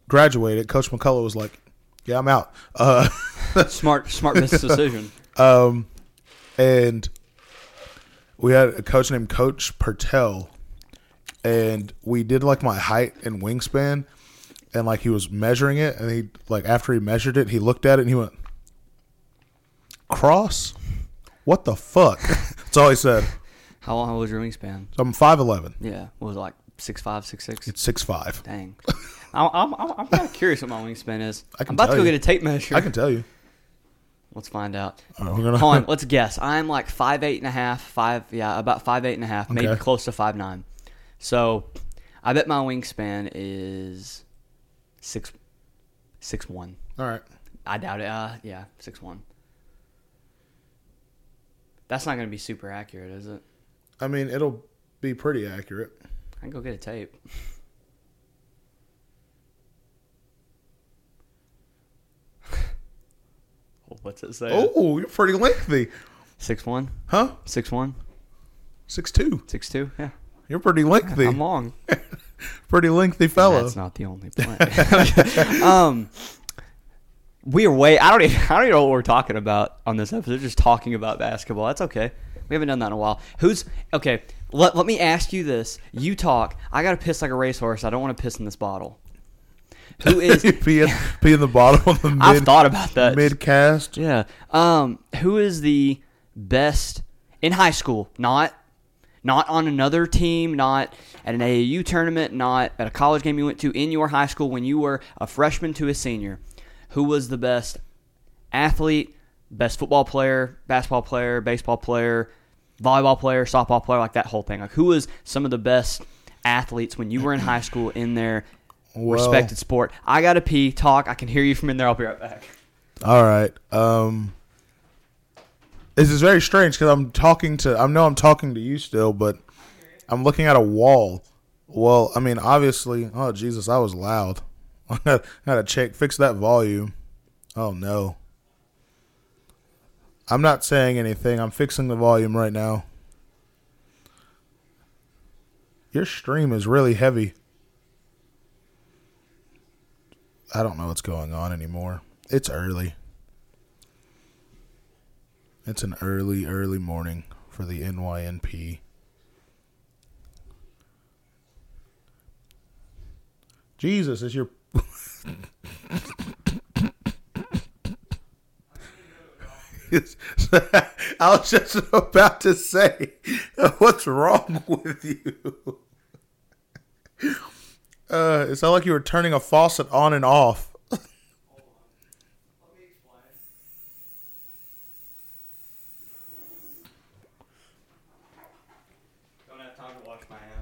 Speaker 2: graduated, Coach McCullough was like, "Yeah, I'm out." Uh,
Speaker 1: Smart, smart business decision.
Speaker 2: um, and we had a coach named Coach Pertell, and we did like my height and wingspan, and like he was measuring it, and he like after he measured it, he looked at it and he went, "Cross, what the fuck?" That's all he said.
Speaker 1: How long was your wingspan?
Speaker 2: So I'm five eleven.
Speaker 1: Yeah, what was it, like six five, six six?
Speaker 2: It's six five.
Speaker 1: Dang. I'm, I'm, I'm, I'm kind of curious what my wingspan is.
Speaker 2: I can
Speaker 1: I'm about to
Speaker 2: tell
Speaker 1: go
Speaker 2: you.
Speaker 1: get a tape measure.
Speaker 2: I can tell you.
Speaker 1: Let's find out.
Speaker 2: All right, we're gonna-
Speaker 1: Hold on, let's guess. I'm like five eight and a half, five yeah, about five eight and a half, maybe
Speaker 2: Okay.
Speaker 1: close to five nine. So I bet my wingspan is six six one.
Speaker 2: All right.
Speaker 1: I doubt it. Uh, yeah, six one. That's not gonna be super accurate, is it?
Speaker 2: I mean, it'll be pretty accurate.
Speaker 1: I can go get a tape. Well, What's it say?
Speaker 2: Oh, you're pretty lengthy,
Speaker 1: Six one,
Speaker 2: huh?
Speaker 1: six one,
Speaker 2: Six two.
Speaker 1: six two. Yeah,
Speaker 2: You're pretty lengthy.
Speaker 1: I'm long.
Speaker 2: pretty lengthy fellow.
Speaker 1: That's not the only point. um, we are way. I don't even. I don't even know what we're talking about on this episode. We're just talking about basketball. That's okay. We haven't done that in a while. Who's okay? Let Let me ask you this. You talk. I gotta piss like a racehorse. I don't want to piss in this bottle. Who is?
Speaker 2: you pee in, pee in the bottom of the mid,
Speaker 1: I've thought about that.
Speaker 2: mid-cast.
Speaker 1: Yeah. Um, who is the best in high school? Not not on another team, not at an AAU tournament, not at a college game you went to in your high school when you were a freshman to a senior. Who was the best athlete, best football player, basketball player, baseball player, volleyball player, softball player, like that whole thing? Like who was some of the best athletes when you were in high school in their
Speaker 2: Well-
Speaker 1: respected sport? I gotta pee, talk, I can hear you from in there, I'll be right back.
Speaker 2: All right. Um, this is very strange because I'm talking to. I know I'm talking to you still, but I'm looking at a wall. Well, I mean, obviously. Oh Jesus, I was loud. I gotta check, fix that volume. Oh no. I'm not saying anything. I'm fixing the volume right now. Your stream is really heavy. I don't know what's going on anymore. It's early. It's an early, early morning for the NYNP. Jesus, is your. Yes. I was just about to say, what's wrong with you? Uh, it sounded like you were turning a faucet on and off.
Speaker 1: Don't have time to wash my hands.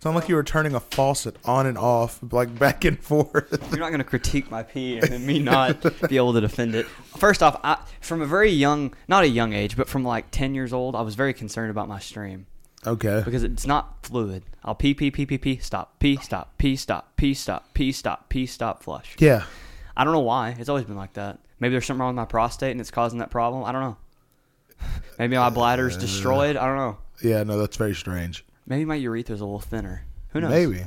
Speaker 2: Sounded like you were turning a faucet on and off, like back and forth.
Speaker 1: You're not going to critique my pee and then me not be able to defend it. First off, I, from a very young, not a young age, but from like 10 years old, I was very concerned about my stream
Speaker 2: Okay.
Speaker 1: because it's not fluid. I'll pee, pee, pee, pee, pee, stop, pee, stop, pee, stop, pee, stop, pee, stop, pee, stop, flush.
Speaker 2: Yeah.
Speaker 1: I don't know why. It's always been like that. Maybe there's something wrong with my prostate and it's causing that problem. I don't know. Maybe my bladder's destroyed. I don't know.
Speaker 2: Yeah, no, that's very strange.
Speaker 1: Maybe my urethra's a little thinner. Who knows?
Speaker 2: Maybe.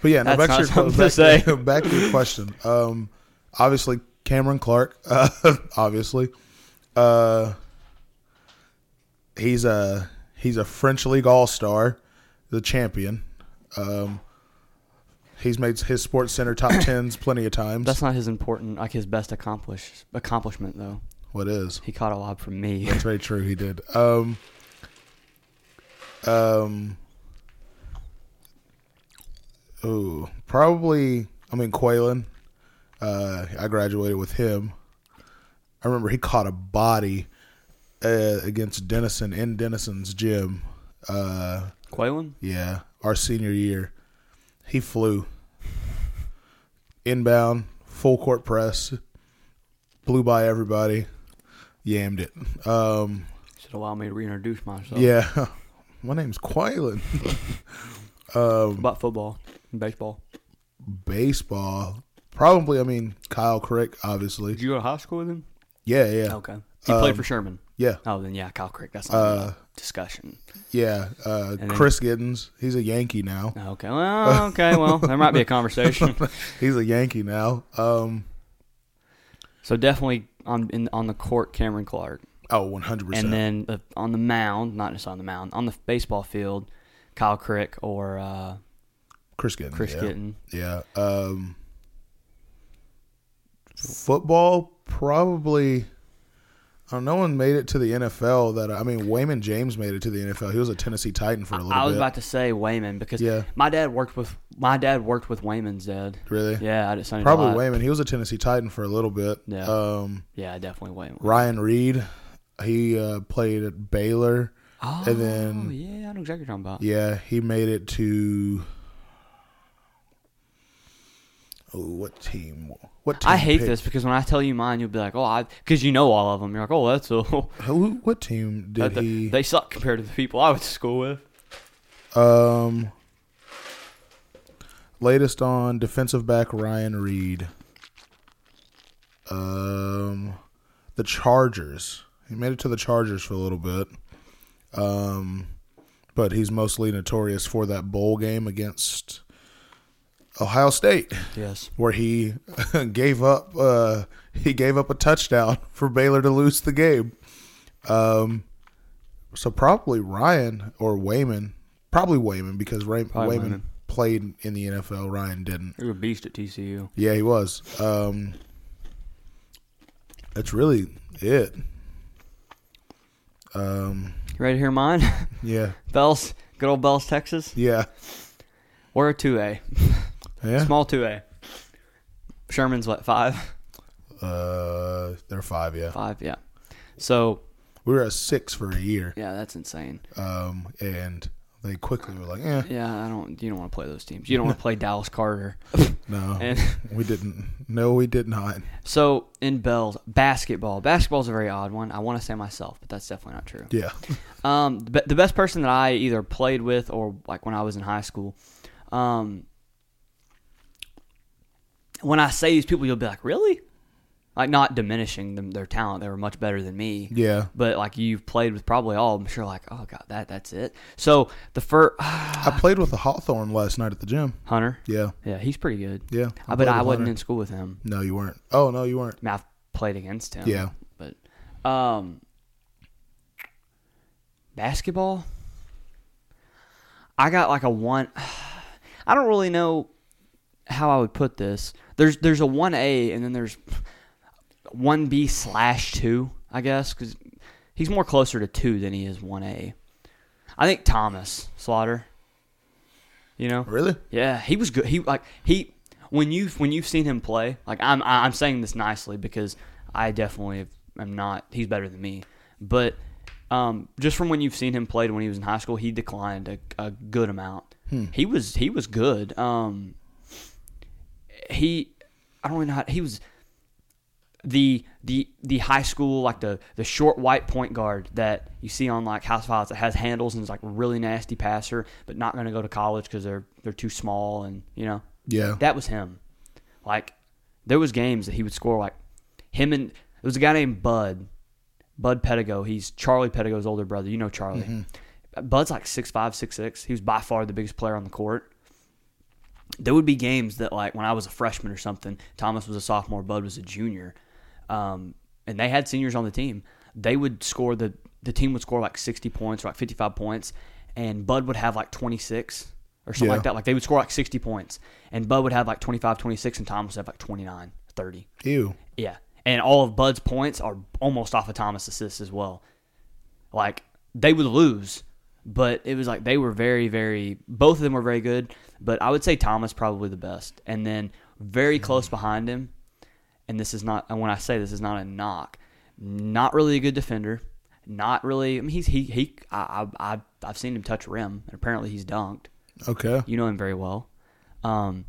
Speaker 2: But yeah, no,
Speaker 1: That's
Speaker 2: back to,
Speaker 1: not
Speaker 2: your, que-
Speaker 1: something to
Speaker 2: back,
Speaker 1: say.
Speaker 2: back to your question. Um, obviously, Cameron Clark, uh, obviously. Uh, he's a he's a French League All Star, the champion. Um, he's made his Sports Center top tens plenty of times.
Speaker 1: That's not his important, like his best accomplish, accomplishment, though.
Speaker 2: what is.
Speaker 1: He caught a lob from me.
Speaker 2: That's very true. He did. Um, um, ooh, probably. I mean, Quaylen. Uh, I graduated with him. I remember he caught a body uh, against Denison in Denison's gym. Uh,
Speaker 1: Quaylen?
Speaker 2: yeah, our senior year, he flew inbound, full court press, blew by everybody, yammed it. Um,
Speaker 1: Should allow me to reintroduce myself.
Speaker 2: yeah, my name's Quaylen.
Speaker 1: About football. Baseball.
Speaker 2: Baseball. Probably, I mean, Kyle Crick, obviously.
Speaker 1: Did you go to high school with him?
Speaker 2: Yeah, yeah.
Speaker 1: Okay.
Speaker 2: Um,
Speaker 1: He played for Sherman.
Speaker 2: Yeah,
Speaker 1: Oh, then yeah, Kyle Crick. That's not
Speaker 2: uh,
Speaker 1: even a discussion.
Speaker 2: yeah. Uh,
Speaker 1: then-
Speaker 2: Chris Giddens. He's a Yankee now.
Speaker 1: Okay. Well, okay. Well, there might be a conversation.
Speaker 2: He's a Yankee now. Um,
Speaker 1: so definitely on in, on the court, Cameron Clark,
Speaker 2: oh, 100%.
Speaker 1: and then the, on the mound, not just on the mound, on the baseball field, Kyle Crick or uh,
Speaker 2: Chris Giddens.
Speaker 1: Chris
Speaker 2: yeah.
Speaker 1: Kitten.
Speaker 2: Yeah. Um, football probably. I don't know, no one made it to the NFL. That I mean, Wayman James made it to the NFL. He was a Tennessee Titan for a little
Speaker 1: I was
Speaker 2: bit.
Speaker 1: about to say Wayman because
Speaker 2: Yeah.
Speaker 1: my dad worked with my dad worked with Wayman's dad.
Speaker 2: really,
Speaker 1: Yeah, I just Sunday
Speaker 2: probably
Speaker 1: Night Live.
Speaker 2: Wayman. He was a Tennessee Titan for a little bit.
Speaker 1: Yeah.
Speaker 2: Um,
Speaker 1: Yeah, definitely Wayman.
Speaker 2: Ryan Reed, he uh, played at Baylor,
Speaker 1: Oh,
Speaker 2: and then
Speaker 1: yeah, I know exactly what you're talking about.
Speaker 2: Mm. Yeah, he made it to. Oh, what team? What team?
Speaker 1: I hate
Speaker 2: picked-
Speaker 1: this because when I tell you mine, you'll be like, "Oh, because you know all of them." You're like, "Oh, that's a,
Speaker 2: Who? What team did
Speaker 1: that-
Speaker 2: he?
Speaker 1: they suck compared to the people I went to school with."
Speaker 2: um. Latest on defensive back Ryan Reed. Um, the Chargers. He made it to the Chargers for a little bit. Um, but he's mostly notorious for that bowl game against Ohio State.
Speaker 1: Yes,
Speaker 2: where he gave up uh, he gave up a touchdown for Baylor to lose the game. Um, so probably Ryan or Wayman, probably Wayman because Ray-
Speaker 1: Probably
Speaker 2: Wayman,
Speaker 1: Wayman.
Speaker 2: played in the NFL. Ryan didn't.
Speaker 1: you're a beast at TCU.
Speaker 2: Yeah, he was. Um, that's really it. Um,
Speaker 1: You ready to hear mine?
Speaker 2: yeah,
Speaker 1: Bells, good old Bells, Texas.
Speaker 2: yeah,
Speaker 1: We're a two A,
Speaker 2: yeah.
Speaker 1: small two A. Sherman's what five,
Speaker 2: Uh, they're five. Yeah,
Speaker 1: five, yeah. So
Speaker 2: we were at six for a year,
Speaker 1: yeah, that's insane.
Speaker 2: um, and they quickly were like, "Eh,
Speaker 1: Yeah, I don't. You don't want to play those teams. You don't want to play Dallas Carter.
Speaker 2: No,
Speaker 1: And-
Speaker 2: we didn't. No, we did not.
Speaker 1: So in Bells, basketball. Basketball's a very odd one. I want to say myself, but that's definitely not true.
Speaker 2: Yeah,
Speaker 1: Um, the, be- the best person that I either played with or like when I was in high school. Um, when I say these people, you'll be like, really? Like not diminishing them, their talent. They were much better than me.
Speaker 2: yeah.
Speaker 1: But like you've played with probably all of them. Sure, like oh god, that that's it. So the first
Speaker 2: I played with the Hawthorne last night at the gym.
Speaker 1: Hunter,
Speaker 2: Yeah,
Speaker 1: yeah, he's pretty good.
Speaker 2: yeah.
Speaker 1: I bet
Speaker 2: played
Speaker 1: I
Speaker 2: with
Speaker 1: wasn't
Speaker 2: Hunter.
Speaker 1: in school with him.
Speaker 2: No, you weren't. Oh no, you weren't.
Speaker 1: I mean, I've played against him.
Speaker 2: Yeah.
Speaker 1: but um, basketball. I got like a one. I don't really know how I would put this. There's there's a one A and then there's one B slash two, I guess, because he's more closer to two than he is one A. I think Thomas Slaughter. You know,
Speaker 2: Really?
Speaker 1: yeah, he was good. He like he when you when you've seen him play, like I'm I- I'm saying this nicely because I definitely am not. He's better than me, but um, just from when you've seen him play to when he was in high school, he declined a, a good amount. He was he was good. Um, he I don't really know how he was the the the high school like the the short white point guard that you see on like House Files that has handles and is like a really nasty passer, but not going to go to college because they're they're too small and you know
Speaker 2: Yeah.
Speaker 1: that was him. Like there was games that he would score like him and there was a guy named Bud, Bud Pedigo. He's Charlie Pedigo's older brother. You know Charlie. Bud's like six five six six. He was by far the biggest player on the court there would be games that like when I was a freshman or something, Thomas was a sophomore, Bud was a junior, um, and they had seniors on the team. They would score the the team would score like sixty points or like fifty five points, and Bud would have like twenty six or something
Speaker 2: Yeah.
Speaker 1: like that. Like they would score like sixty points, and Bud would have like 25, 26, and Thomas would have like 29, 30.
Speaker 2: Ew.
Speaker 1: Yeah. And all of Bud's points are almost off of Thomas' assists as well. Like, they would lose, but it was like they were very, very, both of them were very good, but I would say Thomas probably the best. And then very close behind him, and this is not, and when I say this is not a knock, not really a good defender. Not really. I mean, he's he he. I I I- I've seen him touch rim, and apparently he's dunked.
Speaker 2: Okay.
Speaker 1: You know him very well. Um,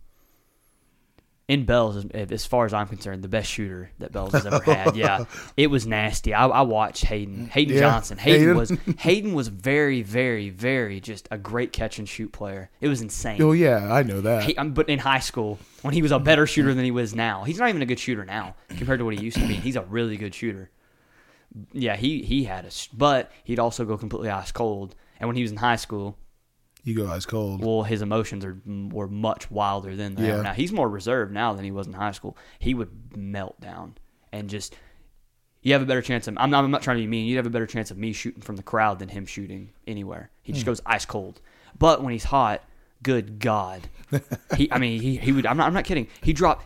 Speaker 1: in Bells, as- as far as I'm concerned, the best shooter that Bells has ever had. Yeah, it was nasty. I, I watched Hayden, Hayden
Speaker 2: Yeah,
Speaker 1: Johnson. Hayden,
Speaker 2: Hayden.
Speaker 1: was Hayden was very, very, very just a great catch and shoot player. It was insane.
Speaker 2: Oh yeah, I know that.
Speaker 1: He, um, but in high school, when he was a better shooter than he was now, he's not even a good shooter now compared to what he used to be. He's a really good shooter. Yeah, he he had a, s- but he'd also go completely ice cold. And when he was in high school,
Speaker 2: you go ice cold.
Speaker 1: well, his emotions are were much wilder than they
Speaker 2: Yeah.
Speaker 1: are now. He's more reserved now than he was in high school. He would melt down and just. You have a better chance of. I'm not. I'm not trying to be mean. You'd have a better chance of me shooting from the crowd than him shooting anywhere. He
Speaker 2: Hmm.
Speaker 1: just goes ice cold. But when he's hot, good God, he. I mean, he. He would. I'm not. I'm not kidding. He dropped.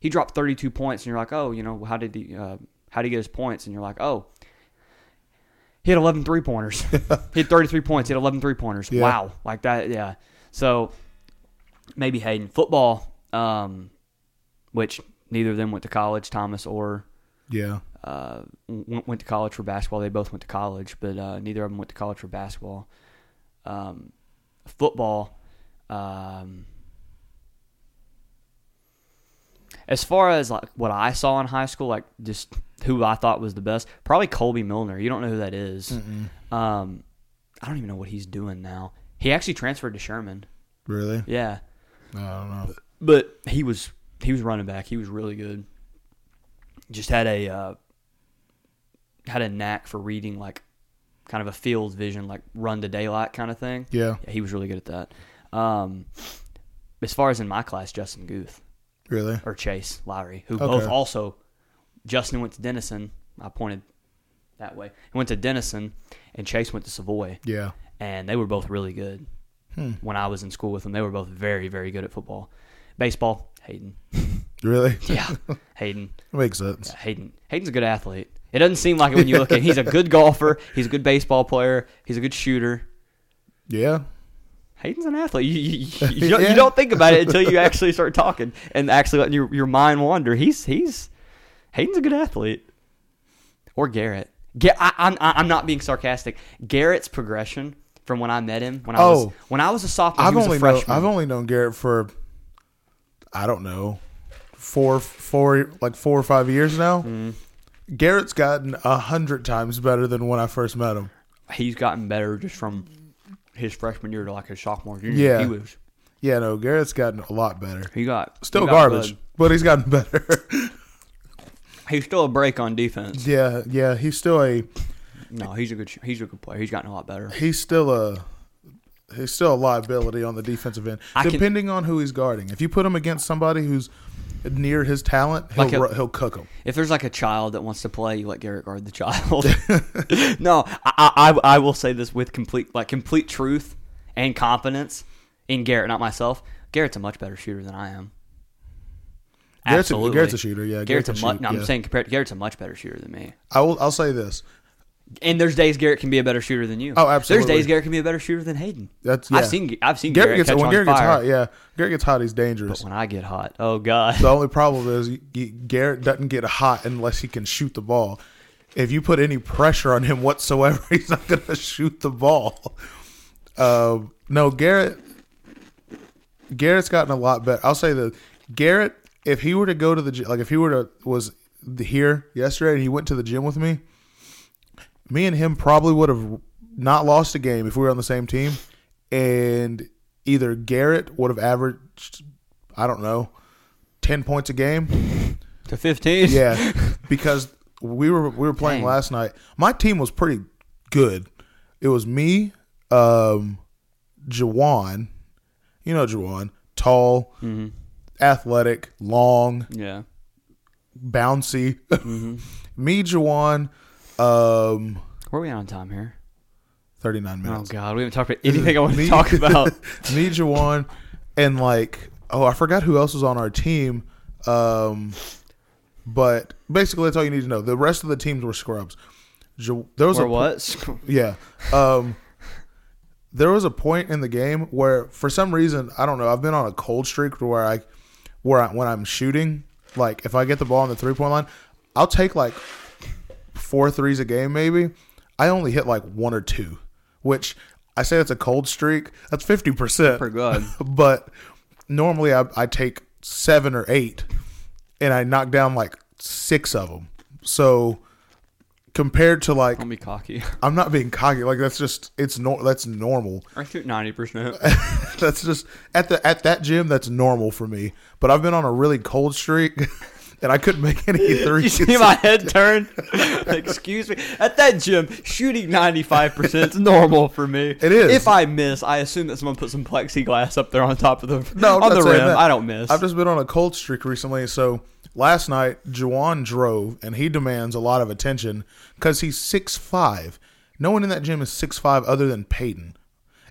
Speaker 1: He dropped 32 points, and you're like, oh, you know, how did he? Uh, how did he get his points? And you're like, oh, he had 11 three pointers. he had 33 points. He had 11 three pointers.
Speaker 2: Yeah.
Speaker 1: Wow. Like that. Yeah. So maybe Hayden. Football, um, which neither of them went to college, Thomas or
Speaker 2: Yeah,
Speaker 1: uh, went, went to college for basketball. They both went to college, but uh, neither of them went to college for basketball. Um, football. Um, as far as like what I saw in high school, like just who I thought was the best, probably Colby Milner. You don't know who that is. Um, I don't even know what he's doing now. He actually transferred to Sherman.
Speaker 2: really.
Speaker 1: Yeah,
Speaker 2: I don't know.
Speaker 1: but he was he was running back. He was really good. Just had a uh, had a knack for reading like kind of a field vision, like run to daylight kind of thing.
Speaker 2: Yeah,
Speaker 1: Yeah, he was really good at that. Um, as far as in my class, Justin Guth
Speaker 2: really.
Speaker 1: or Chase Lowry, who
Speaker 2: Okay.
Speaker 1: both also Justin went to Denison. I pointed that way. He went to Denison, and Chase went to Savoy
Speaker 2: Yeah,
Speaker 1: and they were both really good when I was in school with them. They were both very, very good at football, baseball. Hayden,
Speaker 2: really.
Speaker 1: yeah, Hayden,
Speaker 2: Makes sense.
Speaker 1: yeah, Hayden. Hayden's a good athlete. It doesn't seem like it when you look at. He's a good golfer. He's a good baseball player. He's a good shooter.
Speaker 2: Yeah,
Speaker 1: Hayden's an athlete. You, you, you, don't,
Speaker 2: Yeah.
Speaker 1: you don't think about it until you actually start talking and actually letting your, your mind wander. He's he's Hayden's a good athlete. Or Garrett. Ga- I, I'm I- I'm not being sarcastic. Garrett's progression from when I met him when I
Speaker 2: Oh.
Speaker 1: was when I was a sophomore,
Speaker 2: I've
Speaker 1: he was
Speaker 2: only
Speaker 1: a
Speaker 2: know,
Speaker 1: freshman.
Speaker 2: I've only known Garrett for I don't know four four like four or five years now.
Speaker 1: Mm-hmm.
Speaker 2: Garrett's gotten a hundred times better than when I first met him.
Speaker 1: He's gotten better just from his freshman year to like his sophomore junior.
Speaker 2: Yeah.
Speaker 1: he was
Speaker 2: Yeah, no, Garrett's gotten a lot better.
Speaker 1: he got
Speaker 2: Still
Speaker 1: he got
Speaker 2: garbage,
Speaker 1: good.
Speaker 2: but he's gotten better.
Speaker 1: He's still a break on defense.
Speaker 2: yeah, yeah, he's still a
Speaker 1: No, he's a good sh- he's a good player. He's gotten a lot better.
Speaker 2: he's still a he's still a liability on the defensive end,
Speaker 1: I can-
Speaker 2: depending on who he's guarding. If you put him against somebody who's near his talent, he'll
Speaker 1: Like a-
Speaker 2: ru- he'll cook him.
Speaker 1: If there's like a child that wants to play, you let Garrett guard the child. no, I, I I will say this with complete like complete truth and confidence in Garrett, not myself. Garrett's a much better shooter than I am.
Speaker 2: Garrett's a-
Speaker 1: Absolutely,
Speaker 2: Garrett's a shooter, yeah,
Speaker 1: Garrett's,
Speaker 2: Garrett
Speaker 1: a
Speaker 2: can
Speaker 1: much.
Speaker 2: shoot,
Speaker 1: No, I'm
Speaker 2: yeah.
Speaker 1: saying compared, Garrett's a much better shooter than me.
Speaker 2: I will I'll say this.
Speaker 1: And there's days Garrett can be a better shooter than you.
Speaker 2: Oh, absolutely.
Speaker 1: There's days Garrett can be a better shooter than Hayden.
Speaker 2: That's yeah.
Speaker 1: I've seen I've seen
Speaker 2: Garrett
Speaker 1: Garrett,
Speaker 2: gets
Speaker 1: catch
Speaker 2: when
Speaker 1: on
Speaker 2: Garrett
Speaker 1: fire.
Speaker 2: gets hot. Yeah, Garrett gets hot. He's dangerous.
Speaker 1: When I get hot, oh god,
Speaker 2: the only problem is y- Garrett doesn't get hot unless he can shoot the ball. If you put any pressure on him whatsoever, he's not going to shoot the ball. Um, no, Garrett. Garrett's gotten a lot better. I'll say that Garrett, if he were to go to the gy- like, if he were to was here yesterday and he went to the gym with me, me and him probably would have not lost a game if we were on the same team. And either Garrett would have averaged, I don't know, 10 points a game.
Speaker 1: to 15.
Speaker 2: Yeah. because we were we were playing
Speaker 1: Dang.
Speaker 2: last night. My team was pretty good. It was me, um Jawan, you know Jawan, tall, athletic, long,
Speaker 1: yeah.
Speaker 2: bouncy. me, Jawan, um
Speaker 1: Where are we at on time here?
Speaker 2: 39 minutes.
Speaker 1: Oh god, we haven't talked about anything I want to
Speaker 2: Me-
Speaker 1: talk about.
Speaker 2: me, Jawan, and like oh, I forgot who else was on our team. Um, but basically, that's all you need to know. The rest of the teams were scrubs. Ja- There was
Speaker 1: or
Speaker 2: a
Speaker 1: what?
Speaker 2: yeah. Um, there was a point in the game where, for some reason, I don't know. I've been on a cold streak to where I, where I, when I'm shooting, like if I get the ball on the three point line, I'll take like four threes a game maybe. I only hit like one or two, which I say it's a cold streak. That's fifty percent
Speaker 1: Pretty good.
Speaker 2: but normally I, I take seven or eight, and I knocked down like six of them. So compared to like,
Speaker 1: Don't be cocky.
Speaker 2: I'm not being cocky. Like that's just it's nor that's normal.
Speaker 1: I shoot ninety percent.
Speaker 2: that's just at the at that gym. That's normal for me. But I've been on a really cold streak, and I couldn't make any
Speaker 1: You
Speaker 2: threes.
Speaker 1: see my head turn? Excuse me. At that gym, shooting 95% is normal for me.
Speaker 2: It is.
Speaker 1: If I miss, I assume that someone put some plexiglass up there on top of the
Speaker 2: No, I'm
Speaker 1: on
Speaker 2: not
Speaker 1: the
Speaker 2: saying
Speaker 1: rim.
Speaker 2: that.
Speaker 1: I don't miss.
Speaker 2: I've just been on a cold streak recently. So last night, Juwan drove, and he demands a lot of attention because he's six five. No one in that gym is six five other than Peyton.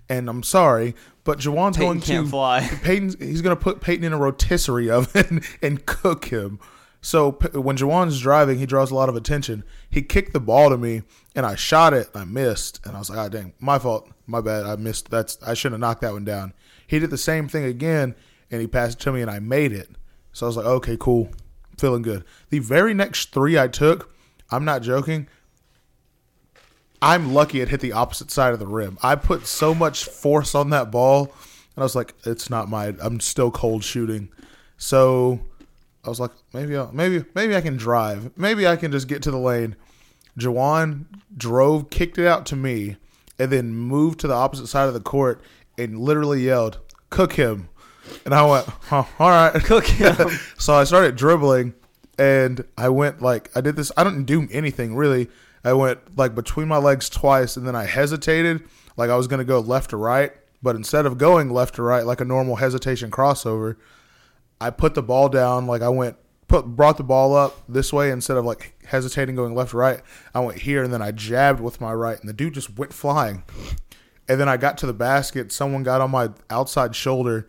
Speaker 2: And I'm sorry, but Juwan's
Speaker 1: Peyton
Speaker 2: going
Speaker 1: can't
Speaker 2: to
Speaker 1: fly.
Speaker 2: Peyton's he's going to put Peyton in a rotisserie oven and cook him. So P- when Jawan's driving, he draws a lot of attention. He kicked the ball to me, and I shot it. I missed, and I was like, "Ah, dang, my fault, my bad. I missed. That's I shouldn't have knocked that one down." He did the same thing again, and he passed it to me, and I made it. So I was like, "Okay, cool, feeling good." The very next three I took, I'm not joking. I'm lucky it hit the opposite side of the rim. I put so much force on that ball, and I was like, "It's not my. I'm still cold shooting." So I was like, "Maybe, I'll, maybe, maybe I can drive. Maybe I can just get to the lane." Jawan drove, kicked it out to me, and then moved to the opposite side of the court and literally yelled, "Cook him!" And I went, huh, "All right."
Speaker 1: Cook him.
Speaker 2: so I started dribbling, and I went like I did this. I didn't do anything really. I went like between my legs twice, and then I hesitated, like I was gonna go left to right. But instead of going left to right like a normal hesitation crossover, I put the ball down. Like I went put brought the ball up this way instead of like hesitating going left to right. I went here, and then I jabbed with my right, and the dude just went flying. And then I got to the basket. Someone got on my outside shoulder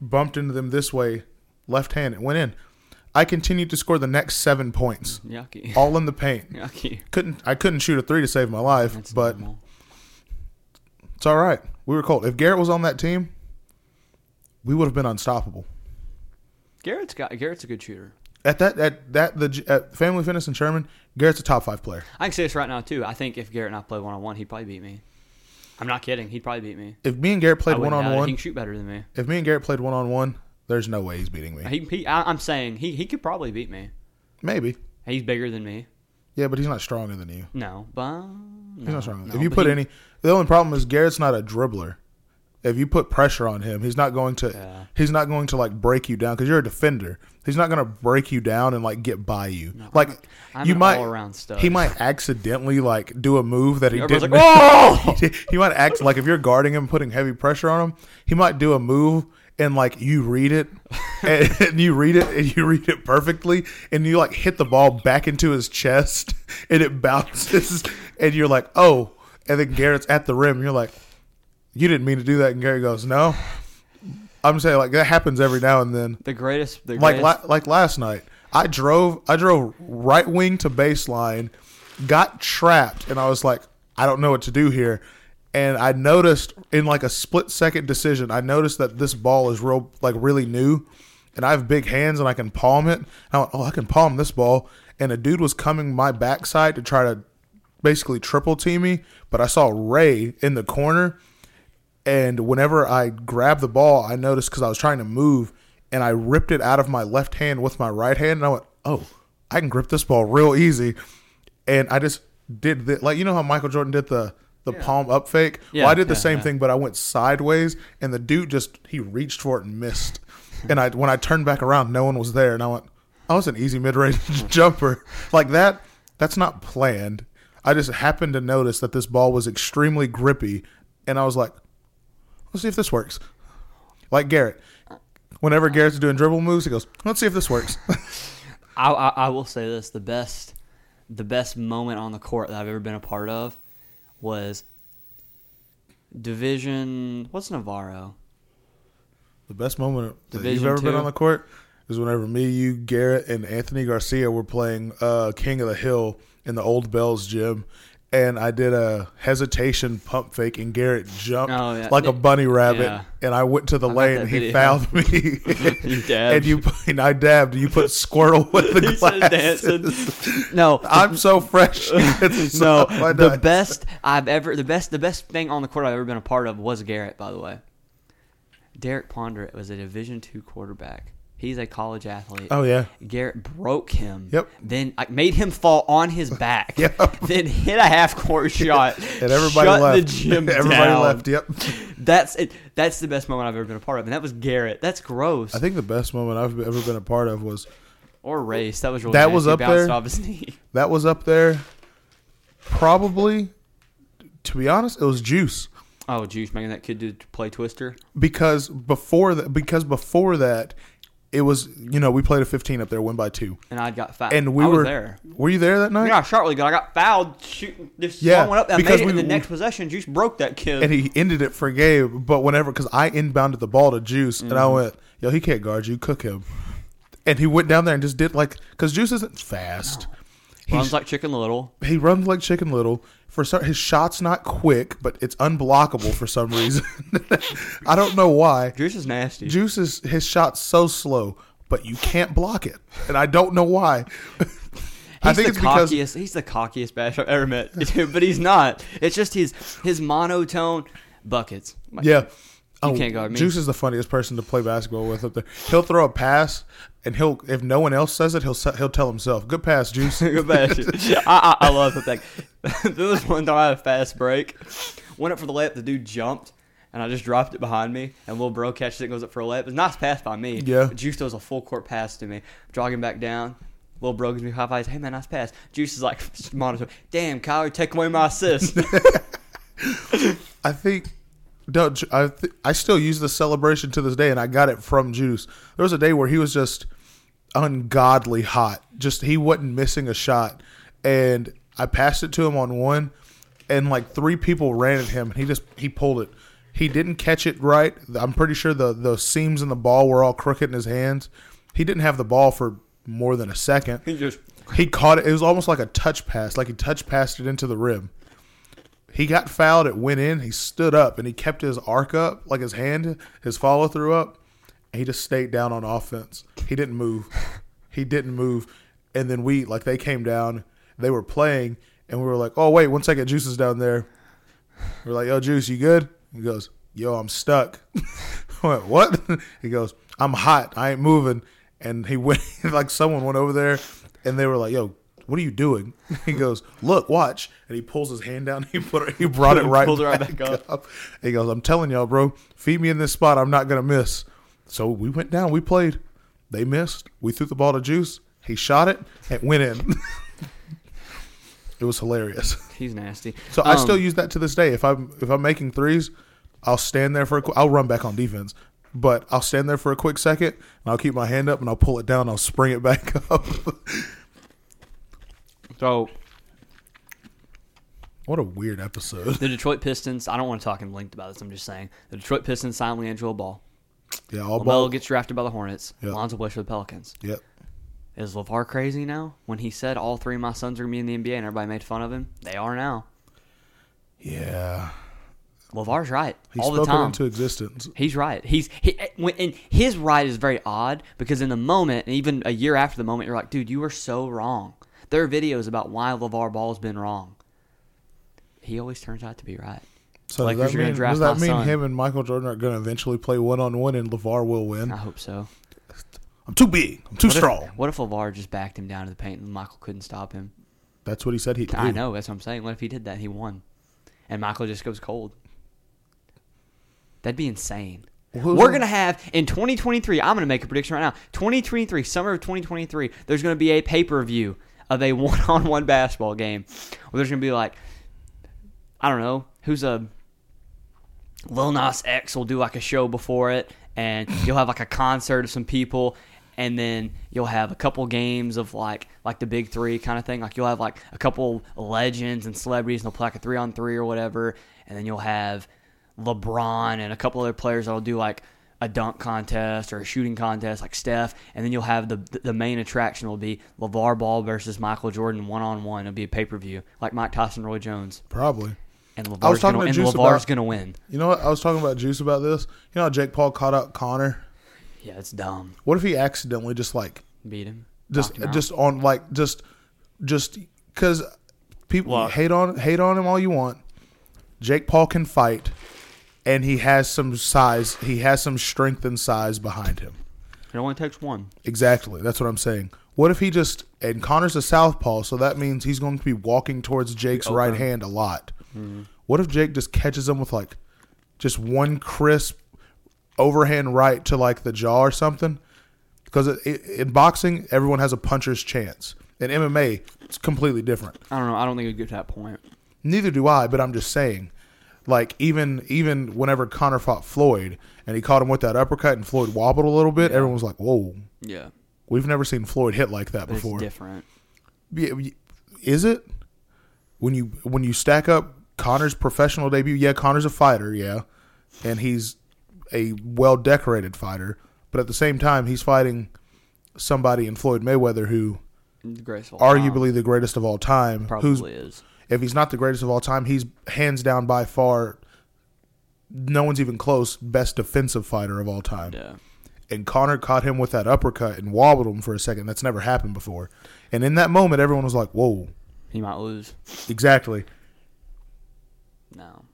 Speaker 2: bumped into them this way, left hand, it went in. I continued to score the next seven points,
Speaker 1: Yucky.
Speaker 2: all in the paint.
Speaker 1: Yucky.
Speaker 2: Couldn't I couldn't shoot a three to save my life,
Speaker 1: That's
Speaker 2: but
Speaker 1: normal.
Speaker 2: it's all right. We were cold. If Garrett was on that team, we would have been unstoppable.
Speaker 1: Garrett's got Garrett's a good shooter.
Speaker 2: At that at that the at Family Fitness in Sherman, Garrett's a top five player.
Speaker 1: I can say this right now too. I think if Garrett and I played one on one, he'd probably beat me. I'm not kidding. He'd probably beat me.
Speaker 2: If me and Garrett
Speaker 1: I
Speaker 2: played one
Speaker 1: wouldn't doubt
Speaker 2: on
Speaker 1: it.
Speaker 2: one,
Speaker 1: He can shoot better than me.
Speaker 2: if me and Garrett played one on one, there's no way he's beating me.
Speaker 1: He, he, I, I'm saying he, he could probably beat me.
Speaker 2: Maybe,
Speaker 1: He's bigger than me.
Speaker 2: yeah, but he's not stronger than you.
Speaker 1: No, but
Speaker 2: He's
Speaker 1: no,
Speaker 2: not strong.
Speaker 1: no,
Speaker 2: if you
Speaker 1: but
Speaker 2: put
Speaker 1: he-
Speaker 2: any, the only problem is Garrett's not a dribbler. If you put pressure on him, he's not going to.
Speaker 1: Yeah.
Speaker 2: He's not going to like break you down because you're a defender. He's not going to break you down and like get by you.
Speaker 1: No,
Speaker 2: like
Speaker 1: I'm- I'm
Speaker 2: you
Speaker 1: an
Speaker 2: might
Speaker 1: all-around stud.
Speaker 2: He might accidentally like do a move that he
Speaker 1: Everybody's
Speaker 2: didn't.
Speaker 1: like, "Oh!"
Speaker 2: he might act like if you're guarding him, putting heavy pressure on him, he might do a move and like you read it, and, and you read it, and you read it perfectly, and you like hit the ball back into his chest, and it bounces, and you're like, oh, and then Garrett's at the rim, and you're like, you didn't mean to do that, and Garrett goes, no. I'm saying like that happens every now and then
Speaker 1: the greatest, the
Speaker 2: like
Speaker 1: greatest-
Speaker 2: la- like last night. I drove I drove right wing to baseline, got trapped, and I was like, I don't know what to do here. And I noticed in like a split second decision, I noticed that this ball is real like really new, and I have big hands and I can palm it. And I went, oh, I can palm this ball. And a dude was coming my backside to try to basically triple team me, but I saw Ray in the corner and whenever I grabbed the ball, I noticed because I was trying to move and I ripped it out of my left hand with my right hand. And I went, oh, I can grip this ball real easy. And I just did the, like, you know how Michael Jordan did the, the palm up fake?
Speaker 1: Yeah,
Speaker 2: well, I did the
Speaker 1: yeah,
Speaker 2: same
Speaker 1: yeah.
Speaker 2: thing, but I went sideways and the dude just, he reached for it and missed. and I, when I turned back around, no one was there. And I went, oh, it's an easy mid range jumper. Like that, that's not planned. I just happened to notice that this ball was extremely grippy. And I was like, let's see if this works. Like Garrett. Whenever
Speaker 1: Uh-huh.
Speaker 2: Garrett's doing dribble moves, he goes, let's see if this works.
Speaker 1: I, I, I will say this: the best, the best moment on the court that I've ever been a part of was Division. What's Navarro?
Speaker 2: the best moment that
Speaker 1: Division
Speaker 2: you've ever been
Speaker 1: two.
Speaker 2: on the court is whenever me, you, Garrett, and Anthony Garcia were playing uh, King of the Hill in the old Bells gym. And I did a hesitation pump fake, and Garrett jumped
Speaker 1: Oh, yeah.
Speaker 2: like a bunny rabbit.
Speaker 1: Yeah.
Speaker 2: And I went to the
Speaker 1: got
Speaker 2: lane,
Speaker 1: that
Speaker 2: and he
Speaker 1: video.
Speaker 2: fouled me.
Speaker 1: You
Speaker 2: and
Speaker 1: dabbed.
Speaker 2: you, put- and I dabbed. You put squirrel with the
Speaker 1: He said dancing.
Speaker 2: glasses.
Speaker 1: No,
Speaker 2: I'm so fresh. It's
Speaker 1: no.
Speaker 2: so- why
Speaker 1: The
Speaker 2: not?
Speaker 1: best I've ever, the best, the best thing on the court I've ever been a part of was Garrett. By the way, Derek Ponder was a Division two quarterback. He He's a college athlete.
Speaker 2: Oh yeah.
Speaker 1: Garrett broke him.
Speaker 2: Yep.
Speaker 1: Then like, made him fall on his back.
Speaker 2: Yep.
Speaker 1: Then hit a half court shot.
Speaker 2: And everybody
Speaker 1: shut
Speaker 2: left.
Speaker 1: the gym
Speaker 2: everybody
Speaker 1: down.
Speaker 2: left. Yep.
Speaker 1: That's it. That's the best moment I've ever been a part of, and that was Garrett. That's gross.
Speaker 2: I think the best moment I've ever been a part of was
Speaker 1: or race. That was really
Speaker 2: That
Speaker 1: nasty.
Speaker 2: was up
Speaker 1: Bounced
Speaker 2: there?
Speaker 1: off his knee.
Speaker 2: that was up there. Probably, to be honest, it was Juice.
Speaker 1: Oh, juice making that kid do play Twister.
Speaker 2: because before that because before that it was you know we played a 15 up there win by two
Speaker 1: and I got fouled.
Speaker 2: and we
Speaker 1: I
Speaker 2: were
Speaker 1: was there.
Speaker 2: were you there that night
Speaker 1: Yeah, Sharpley got. I got fouled shooting. This
Speaker 2: Yeah,
Speaker 1: yeah, went up. I
Speaker 2: because
Speaker 1: made it in
Speaker 2: we-
Speaker 1: the next possession. Juice broke that kid.
Speaker 2: and he ended it for Gabe but whenever because I inbounded the ball to Juice and
Speaker 1: Mm-hmm.
Speaker 2: I went yo he can't guard you cook him and he went down there and just did like because Juice isn't fast
Speaker 1: Runs like Chicken Little.
Speaker 2: he runs like Chicken Little for some his shot's not quick but it's unblockable for some reason I don't know why
Speaker 1: Juice is nasty.
Speaker 2: Juice is his shot's so slow, but you can't block it, and I don't know why.
Speaker 1: He's the cockiest. he's the cockiest bash I've ever met, dude, but he's not. It's just his his monotone buckets. Like,
Speaker 2: yeah. Oh,
Speaker 1: can't guard me.
Speaker 2: Juice is the funniest person to play basketball with up there. He'll throw a pass, and he'll if no one else says it, he'll se- he'll tell himself, "Good pass, Juice."
Speaker 1: Good bash. I, I, I love that. thing. there was one time I had a fast break, went up for the layup. The dude jumped, and I just dropped it behind me. And little bro catches it, goes up for a layup. It was a nice pass by me.
Speaker 2: Yeah.
Speaker 1: But Juice throws a full court pass to me, jogging back down. Little bro gives me high fives. Hey man, nice pass. Juice is like monitoring. Damn, Kyler, take away my assist.
Speaker 2: I think. No, Ju- I th- I still use the celebration to this day, and I got it from Juice. There was a day where he was just ungodly hot. Just he wasn't missing a shot, and I passed it to him on one, and like three people ran at him, and he just he pulled it. He didn't catch it right. I'm pretty sure the the seams in the ball were all crooked in his hands. He didn't have the ball for more than a second.
Speaker 1: he just
Speaker 2: He caught it. It was almost like a touch pass, like he touch passed it into the rim. He got fouled. It went in. He stood up and he kept his arc up, like his hand, his follow through up. And he just stayed down on offense. He didn't move. He didn't move. And then we, like, they came down. They were playing. And we were like, oh, wait, one second. Juice is down there. We're like, yo, Juice, you good? He goes, yo, I'm stuck. I went, what? He goes, I'm hot. I ain't moving. And he went, like, someone went over there and they were like, yo, what are you doing? He goes, look, watch. And he pulls his hand down. He put it, he brought it right,
Speaker 1: Pulled it right
Speaker 2: back,
Speaker 1: back
Speaker 2: up.
Speaker 1: up.
Speaker 2: He goes, I'm telling y'all, bro, feed me in this spot. I'm not going to miss. So we went down. We played. They missed. We threw the ball to Juice. He shot it. It went in. it was hilarious.
Speaker 1: he's nasty.
Speaker 2: So I
Speaker 1: Um,
Speaker 2: still use that to this day. If I'm if I'm making threes, I'll stand there for a qu- I'll run back on defense, but I'll stand there for a quick second and I'll keep my hand up and I'll pull it down. I'll spring it back up.
Speaker 1: so
Speaker 2: what a weird episode.
Speaker 1: the Detroit Pistons. I don't want to talk in length about this. I'm just saying the Detroit Pistons signed LiAngelo Ball.
Speaker 2: Yeah, all
Speaker 1: LaMelo
Speaker 2: ball.
Speaker 1: gets drafted by the Hornets.
Speaker 2: Yeah.
Speaker 1: Lonzo Blair for the Pelicans.
Speaker 2: Yep.
Speaker 1: Is LeVar crazy now? When he said all three of my sons are going to be in the NBA and everybody made fun of him, they are now.
Speaker 2: Yeah.
Speaker 1: LeVar's right
Speaker 2: He
Speaker 1: all the
Speaker 2: spoke it
Speaker 1: time.
Speaker 2: into existence.
Speaker 1: He's right. He's he eh, when and his right is very odd because in the moment and even a year after the moment, you're like, dude, you were so wrong. There are videos about why LeVar Ball's been wrong. He always turns out to be right.
Speaker 2: So
Speaker 1: Lakers are
Speaker 2: does that
Speaker 1: gonna
Speaker 2: mean,
Speaker 1: draft
Speaker 2: does that
Speaker 1: my
Speaker 2: mean
Speaker 1: son.
Speaker 2: him and Michael Jordan are going to eventually play one on one and LeVar will win?
Speaker 1: I hope so.
Speaker 2: I'm too big. I'm too
Speaker 1: What if-
Speaker 2: strong.
Speaker 1: What if LeVar just backed him down to the paint and Michael couldn't stop him?
Speaker 2: That's what he said he'd do.
Speaker 1: I know. That's what I'm saying. What if he did that? and He won, and Michael just goes cold. That'd be insane.
Speaker 2: Who's
Speaker 1: We're
Speaker 2: on-
Speaker 1: gonna have in 2023. I'm gonna make a prediction right now. 2023, summer of 2023. There's gonna be a pay per view of a one-on-one basketball game. Where there's gonna be like, I don't know, who's a Lil Nas X will do like a show before it, and you'll have like a concert of some people, and then you'll have a couple games of like like the big three kind of thing. Like you'll have like a couple legends and celebrities, and they'll play like a three on three or whatever, and then you'll have LeBron and a couple other players that'll do like a dunk contest or a shooting contest like Steph, and then you'll have the the main attraction will be LeVar Ball versus Michael Jordan one on one. It'll be a pay per view like Mike Tyson, Roy Jones,
Speaker 2: Probably.
Speaker 1: and
Speaker 2: I was
Speaker 1: LeVar's
Speaker 2: talking
Speaker 1: gonna,
Speaker 2: to
Speaker 1: and
Speaker 2: Juice
Speaker 1: LeVar's
Speaker 2: about-
Speaker 1: gonna win.
Speaker 2: You know what? I was talking about Juice about this. You know how Jake Paul caught out Connor?
Speaker 1: Yeah, it's dumb.
Speaker 2: What if he accidentally just like
Speaker 1: beat him.
Speaker 2: just
Speaker 1: knocked him out.
Speaker 2: just on like just just because people
Speaker 1: Well-
Speaker 2: hate on hate on him all you want. Jake Paul can fight, and he has some size. He has some strength and size behind him.
Speaker 1: It only takes one.
Speaker 2: Exactly. That's what I'm saying. What if he just and Connor's a southpaw, so that means he's going to be walking towards Jake's
Speaker 1: open.
Speaker 2: right hand a lot. What if Jake just catches him with like just one crisp overhand right to like the jaw or something? Because it, it, in boxing, everyone has a puncher's chance. In MMA, it's completely different.
Speaker 1: I don't know. I don't think it'd get to that point.
Speaker 2: Neither do I, but I'm just saying. Like even even whenever Connor fought Floyd and he caught him with that uppercut and Floyd wobbled a little bit, everyone was like, "Whoa,
Speaker 1: Yeah,
Speaker 2: We've never seen Floyd hit like that
Speaker 1: but
Speaker 2: before.
Speaker 1: it's different.
Speaker 2: Yeah, we- Is it? When you when you stack up Connor's professional debut, yeah, Connor's a fighter, yeah, and he's a well decorated fighter, but at the same time, he's fighting somebody in Floyd Mayweather who
Speaker 1: Graceful.
Speaker 2: arguably the greatest of all time. Who's
Speaker 1: probably is.
Speaker 2: if he's not the greatest of all time, he's hands down by far. No one's even close. Best defensive fighter of all time
Speaker 1: Yeah.
Speaker 2: and Connor caught him with that uppercut and wobbled him for a second. That's never happened before. And in that moment, everyone was like, "Whoa,
Speaker 1: He might lose.
Speaker 2: exactly."
Speaker 1: No.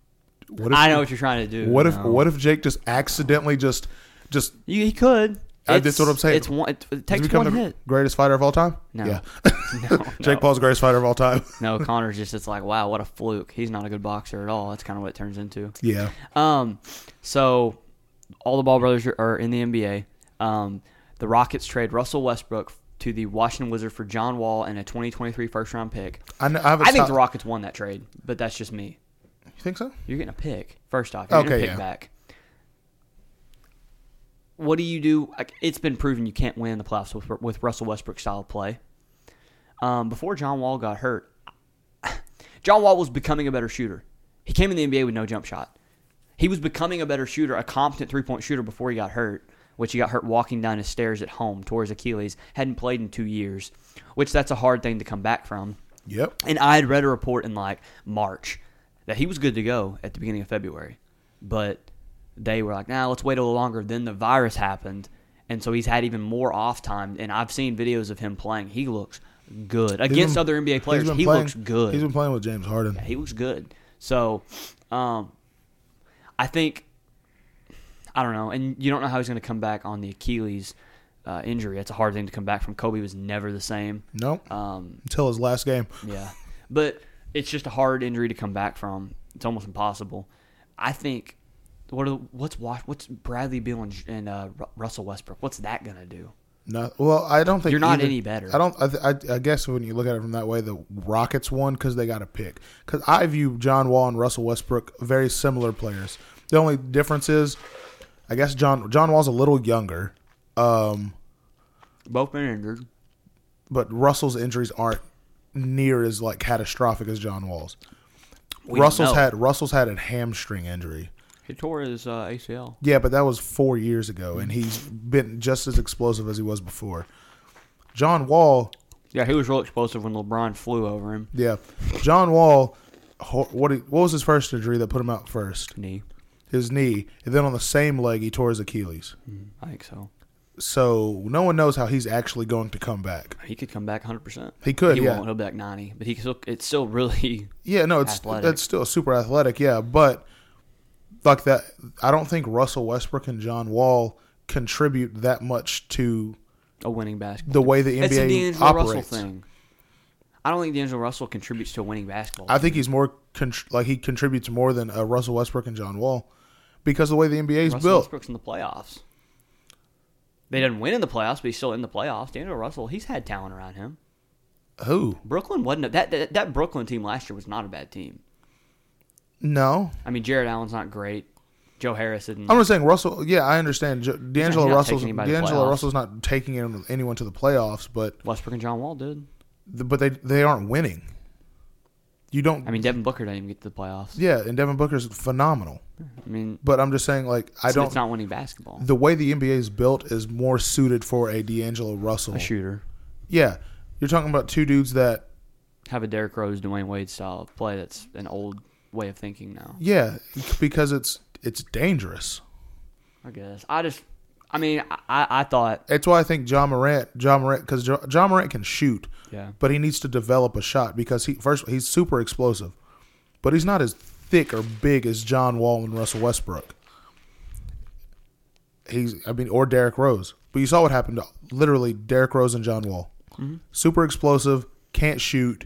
Speaker 2: What
Speaker 1: I know what you're trying to do.
Speaker 2: What if
Speaker 1: no.
Speaker 2: what if Jake just accidentally just just
Speaker 1: You, he could.
Speaker 2: I-
Speaker 1: It's-
Speaker 2: that's what I'm saying.
Speaker 1: It's one. It, it
Speaker 2: has
Speaker 1: takes
Speaker 2: become
Speaker 1: one
Speaker 2: the
Speaker 1: hit.
Speaker 2: greatest fighter of all time?
Speaker 1: No.
Speaker 2: Yeah,
Speaker 1: No,
Speaker 2: Jake
Speaker 1: no.
Speaker 2: Paul's the greatest fighter of all time.
Speaker 1: No, Connor's just it's like, wow, what a fluke. He's not a good boxer at all. That's kind of what it turns into.
Speaker 2: yeah,
Speaker 1: Um, so all the Ball brothers are, are in the NBA. Um, the Rockets trade Russell Westbrook to the Washington Wizards for John Wall and a 2023 first round pick.
Speaker 2: I, kn- I haven't.
Speaker 1: I think the
Speaker 2: stopped-
Speaker 1: Rockets won that trade, but that's just me.
Speaker 2: You think so?
Speaker 1: You're getting a pick. First off, you're
Speaker 2: Okay,
Speaker 1: getting a pick
Speaker 2: yeah.
Speaker 1: back. What do you do? like, It's been proven you can't win the playoffs with, with Russell Westbrook style of play. Um, before John Wall got hurt, John Wall was becoming a better shooter. He came in the NBA with no jump shot. He was becoming a better shooter, a competent three point shooter before he got hurt, which he got hurt walking down his stairs at home, tore his Achilles, hadn't played in two years, which that's a hard thing to come back from.
Speaker 2: Yep.
Speaker 1: And I had read a report in like March that he was good to go at the beginning of February, but they were like, "Nah, let's wait a little longer." Then the virus happened, and so he's had even more off time. And I've seen videos of him playing; he looks good
Speaker 2: He's
Speaker 1: against
Speaker 2: been-
Speaker 1: other NBA
Speaker 2: he's
Speaker 1: players.
Speaker 2: been
Speaker 1: He
Speaker 2: playing-
Speaker 1: looks good.
Speaker 2: He's been playing with James Harden.
Speaker 1: Yeah, he looks good. So, um, I think I don't know, and you don't know how he's going to come back on the Achilles uh, injury. It's a hard thing to come back from. Kobe was never the same.
Speaker 2: Nope.
Speaker 1: Um,
Speaker 2: Until his last game.
Speaker 1: yeah. But it's just a hard injury to come back from. It's almost impossible. I think what are, what's Wash, what's Bradley Beal and, and uh, Ru- Russell Westbrook? What's that gonna do?
Speaker 2: No, well, I don't think
Speaker 1: You're not
Speaker 2: either-
Speaker 1: any better.
Speaker 2: I don't. I, th- I, I guess when you look at it from that way, the Rockets won because they got a pick. Because I view John Wall and Russell Westbrook very similar players. The only difference is, I guess John John Wall's a little younger, um,
Speaker 1: Both been injured.
Speaker 2: but Russell's injuries aren't near as like catastrophic as John Wall's.
Speaker 1: We don't
Speaker 2: Russell's
Speaker 1: know.
Speaker 2: had Russell's had a hamstring injury.
Speaker 1: He tore his uh, ACL.
Speaker 2: Yeah, but that was four years ago, and he's been just as explosive as he was before. John Wall
Speaker 1: Yeah, he was real explosive when LeBron flew over him.
Speaker 2: Yeah, John Wall. ho- What he- what was his first injury that put him out first?
Speaker 1: Knee,
Speaker 2: His knee, and then on the same leg he tore his Achilles.
Speaker 1: I think so.
Speaker 2: So no one knows how he's actually going to come back.
Speaker 1: He could come back 100. percent
Speaker 2: He could,
Speaker 1: He
Speaker 2: yeah.
Speaker 1: won't. He'll be like 90, but he still. It's still really.
Speaker 2: Yeah, no, it's
Speaker 1: Athletic.
Speaker 2: that's still super athletic. Yeah, but like that, I don't think Russell Westbrook and John Wall contribute that much to
Speaker 1: a winning basketball.
Speaker 2: the way the NBA
Speaker 1: it's a D'Angelo
Speaker 2: operates.
Speaker 1: Russell thing. I don't think D'Angelo Russell contributes to a winning basketball.
Speaker 2: I think he's more contr like he contributes more than uh, Russell Westbrook and John Wall because the way the NBA is
Speaker 1: Russell
Speaker 2: built.
Speaker 1: Westbrook's in the playoffs. They didn't win in the playoffs, but he's still in the playoffs. Daniel Russell, he's had talent around him.
Speaker 2: Who?
Speaker 1: Brooklyn wasn't a, that, that that Brooklyn team last year was not a bad team.
Speaker 2: No,
Speaker 1: I mean, Jared Allen's not great. Joe Harris isn't.
Speaker 2: I'm not saying Russell. Yeah, I understand. Jo-
Speaker 1: not
Speaker 2: D'Angelo
Speaker 1: taking
Speaker 2: Russell's
Speaker 1: anybody to
Speaker 2: D'Angelo
Speaker 1: playoffs.
Speaker 2: Russell's not taking in- anyone to the playoffs, but
Speaker 1: Westbrook and John Wall did.
Speaker 2: but they they aren't winning. You don't.
Speaker 1: I mean, Devin Booker didn't even get to the playoffs.
Speaker 2: yeah, and Devin Booker's phenomenal,
Speaker 1: I mean,
Speaker 2: but I'm just saying like I
Speaker 1: so
Speaker 2: don't.
Speaker 1: it's not winning basketball.
Speaker 2: the way the NBA is built is more suited for a D'Angelo Russell.
Speaker 1: A shooter
Speaker 2: Yeah, you're talking about two dudes that
Speaker 1: have a Derrick Rose, Dwayne Wade style of play. That's an old way of thinking now.
Speaker 2: yeah because it's it's dangerous.
Speaker 1: I guess. I just. I mean, I, I, I thought.
Speaker 2: That's why I think John Morant, John Morant, because John, John Morant can shoot.
Speaker 1: Yeah.
Speaker 2: but he needs to develop a shot because he first he's super explosive, but he's not as thick or big as John Wall and Russell Westbrook. he's I mean, or Derrick Rose. But you saw what happened to literally Derrick Rose and John Wall.
Speaker 1: Mm-hmm.
Speaker 2: Super explosive, can't shoot,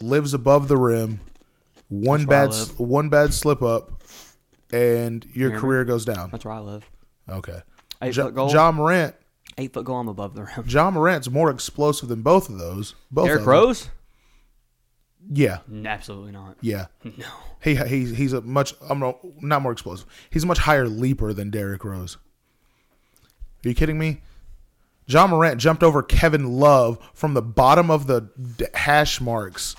Speaker 2: lives above the rim. One
Speaker 1: where I
Speaker 2: bad s- one bad slip up, and your career goes down.
Speaker 1: That's where I live.
Speaker 2: Okay.
Speaker 1: Eight
Speaker 2: Ja-
Speaker 1: foot goal.
Speaker 2: John Morant.
Speaker 1: Eight foot goal. I'm above the rim.
Speaker 2: John Morant's more explosive than both of those. Both
Speaker 1: Derrick
Speaker 2: of them.
Speaker 1: Rose?
Speaker 2: Yeah,
Speaker 1: N- Absolutely not.
Speaker 2: yeah.
Speaker 1: No.
Speaker 2: He he's he's a much I'm not, not more explosive. He's a much higher leaper than Derrick Rose. Are you kidding me? John Morant jumped over Kevin Love from the bottom of the d- hash marks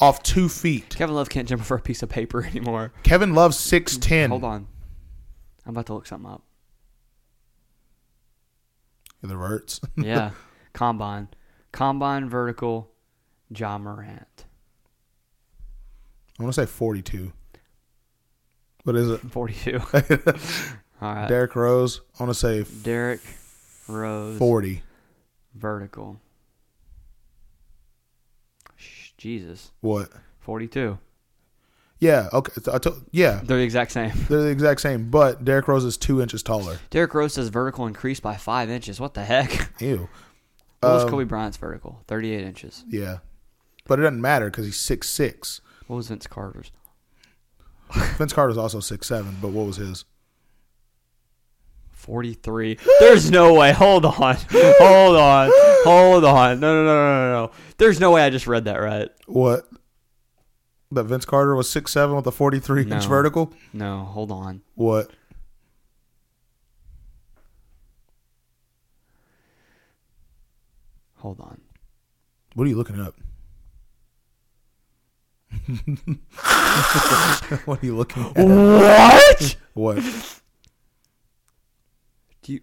Speaker 2: off two feet.
Speaker 1: Kevin Love can't jump over a piece of paper anymore.
Speaker 2: Kevin Love six ten.
Speaker 1: Hold on. I'm about to look something up.
Speaker 2: The verts.
Speaker 1: Yeah. Combine. Combine vertical John Morant.
Speaker 2: I want to say forty two. What is it?
Speaker 1: 42. Uh, All right.
Speaker 2: Derrick Rose. I want to say f-
Speaker 1: Derek Rose
Speaker 2: forty.
Speaker 1: vertical. Shh, Jesus.
Speaker 2: What?
Speaker 1: 42.
Speaker 2: Yeah. Okay. I told, yeah.
Speaker 1: They're the exact same.
Speaker 2: They're the exact same, but Derrick Rose is two inches taller.
Speaker 1: Derek Rose says vertical increased by five inches. What the heck?
Speaker 2: Ew.
Speaker 1: What was
Speaker 2: Um,
Speaker 1: Kobe Bryant's vertical? 38 inches.
Speaker 2: Yeah, but it doesn't matter because he's six six.
Speaker 1: What was Vince Carter's?
Speaker 2: Vince Carter's also six seven, but what was his?
Speaker 1: 43. There's no way. Hold on. Hold on. Hold on. No, no, no, no, no, no. There's no way I just read that right.
Speaker 2: What? That Vince Carter was six seven with a forty three inch
Speaker 1: No.
Speaker 2: vertical.
Speaker 1: No, hold on.
Speaker 2: What?
Speaker 1: Hold on.
Speaker 2: What are you looking up? what are you looking at?
Speaker 1: What?
Speaker 2: What?
Speaker 1: Do you,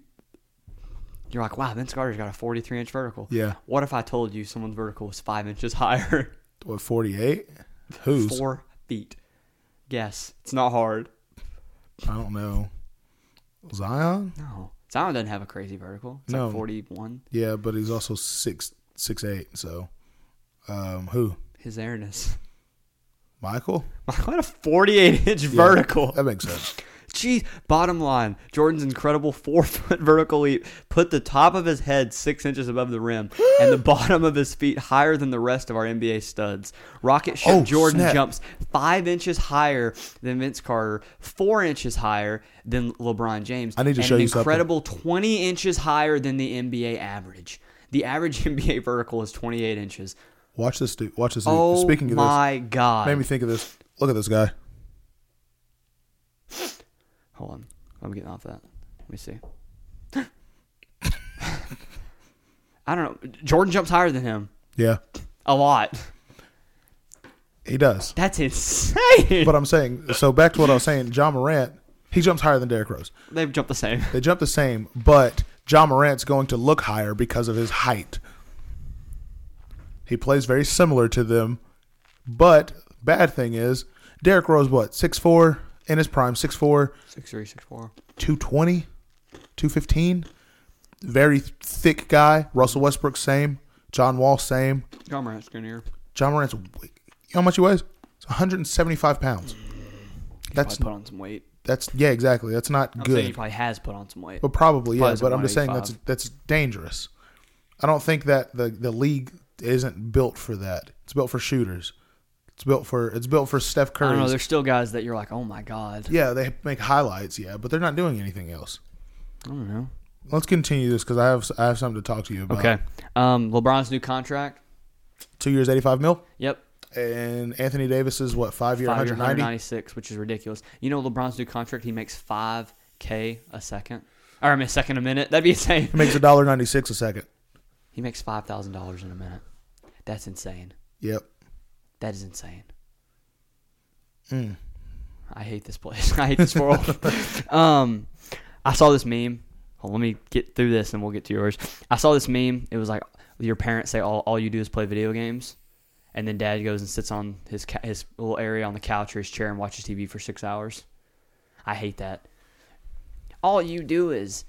Speaker 1: you're like, wow, Vince Carter's got a 43 inch vertical.
Speaker 2: Yeah.
Speaker 1: What if I told you someone's vertical was five inches higher?
Speaker 2: What forty eight? Who's?
Speaker 1: Four feet. Guess. It's not hard.
Speaker 2: I don't know. Zion?
Speaker 1: No. Zion doesn't have a crazy vertical. It's
Speaker 2: No.
Speaker 1: like 41.
Speaker 2: Yeah, but he's also six six eight. So, um, who?
Speaker 1: His airness.
Speaker 2: Michael?
Speaker 1: What a 48 inch vertical.
Speaker 2: That makes sense.
Speaker 1: Geez, bottom line, Jordan's incredible four foot vertical leap put the top of his head six inches above the rim and the bottom of his feet higher than the rest of our NBA studs. Rocket ship
Speaker 2: Oh,
Speaker 1: Jordan
Speaker 2: snap.
Speaker 1: jumps five inches higher than Vince Carter, four inches higher than LeBron James.
Speaker 2: I need to
Speaker 1: and
Speaker 2: show
Speaker 1: an
Speaker 2: you something.
Speaker 1: incredible twenty inches higher than the NBA average. The average NBA vertical is twenty eight inches.
Speaker 2: Watch this dude. Watch this dude.
Speaker 1: Oh
Speaker 2: Speaking of this,
Speaker 1: my god.
Speaker 2: made me think of this. Look at this guy.
Speaker 1: Hold on. I'm getting off that. Let me see. I don't know. Jordan jumps higher than him.
Speaker 2: Yeah,
Speaker 1: A lot.
Speaker 2: he does.
Speaker 1: That's insane.
Speaker 2: But I'm saying, so back to what I was saying, John Morant, he jumps higher than Derrick Rose.
Speaker 1: They've jumped the same.
Speaker 2: They jump the same, but John Morant's going to look higher because of his height. He plays very similar to them, but bad thing is, Derrick Rose, what, 6'4", in his prime, 6'4",
Speaker 1: Six three, six four.
Speaker 2: 220, 215, very thick guy. Russell Westbrook, same. John Wall, same.
Speaker 1: John Morant's junior.
Speaker 2: John Morant's you know how much he weighs? It's 175 pounds.
Speaker 1: That's
Speaker 2: That's
Speaker 1: Mm. probably put on some weight.
Speaker 2: that's yeah, exactly. That's not
Speaker 1: I'm saying he
Speaker 2: good.
Speaker 1: probably has put on some weight.
Speaker 2: But probably yeah.
Speaker 1: Probably
Speaker 2: But I'm just saying that's
Speaker 1: 185.
Speaker 2: that's dangerous. I don't think that the the league isn't built for that. It's built for shooters. It's built for it's built for Steph
Speaker 1: I don't know.
Speaker 2: Curry.
Speaker 1: There's still guys that you're like, oh my god.
Speaker 2: Yeah, they make highlights. Yeah, but they're not doing anything else.
Speaker 1: I don't know.
Speaker 2: Let's continue this because I have I have something to talk to you about.
Speaker 1: Okay. Um, LeBron's new contract.
Speaker 2: two years, eighty five mil,
Speaker 1: Yep.
Speaker 2: and Anthony Davis is what five year,
Speaker 1: Five year,
Speaker 2: hundred ninety.
Speaker 1: 196, which is ridiculous. You know LeBron's new contract. He makes five k a second. Or I mean, a second a minute. That'd be insane.
Speaker 2: He makes a dollar ninety six a second.
Speaker 1: He makes five thousand dollars in a minute. That's insane.
Speaker 2: Yep.
Speaker 1: That is insane.
Speaker 2: Mm.
Speaker 1: I hate this place. I hate this world. um, I saw this meme. Hold, let me get through this, and we'll get to yours. I saw this meme. It was like your parents say all all you do is play video games, and then dad goes and sits on his ca- his little area on the couch or his chair and watches TV for six hours. I hate that. All you do is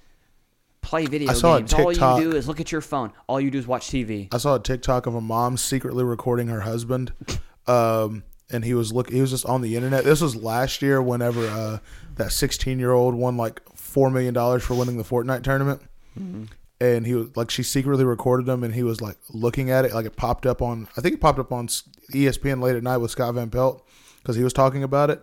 Speaker 1: play video
Speaker 2: I saw a
Speaker 1: games. All
Speaker 2: TikTok.
Speaker 1: you do is look at your phone. All you do is watch TV.
Speaker 2: I saw a TikTok of a mom secretly recording her husband, um, and he was look. He was just on the internet. This was last year. Whenever uh, that sixteen year old won like four million dollars for winning the Fortnite tournament. Mm-hmm. And he was like, she secretly recorded him, and he was like looking at it, like it popped up on, I think it popped up on S- ESPN late at night with Scott Van Pelt because he was talking about it,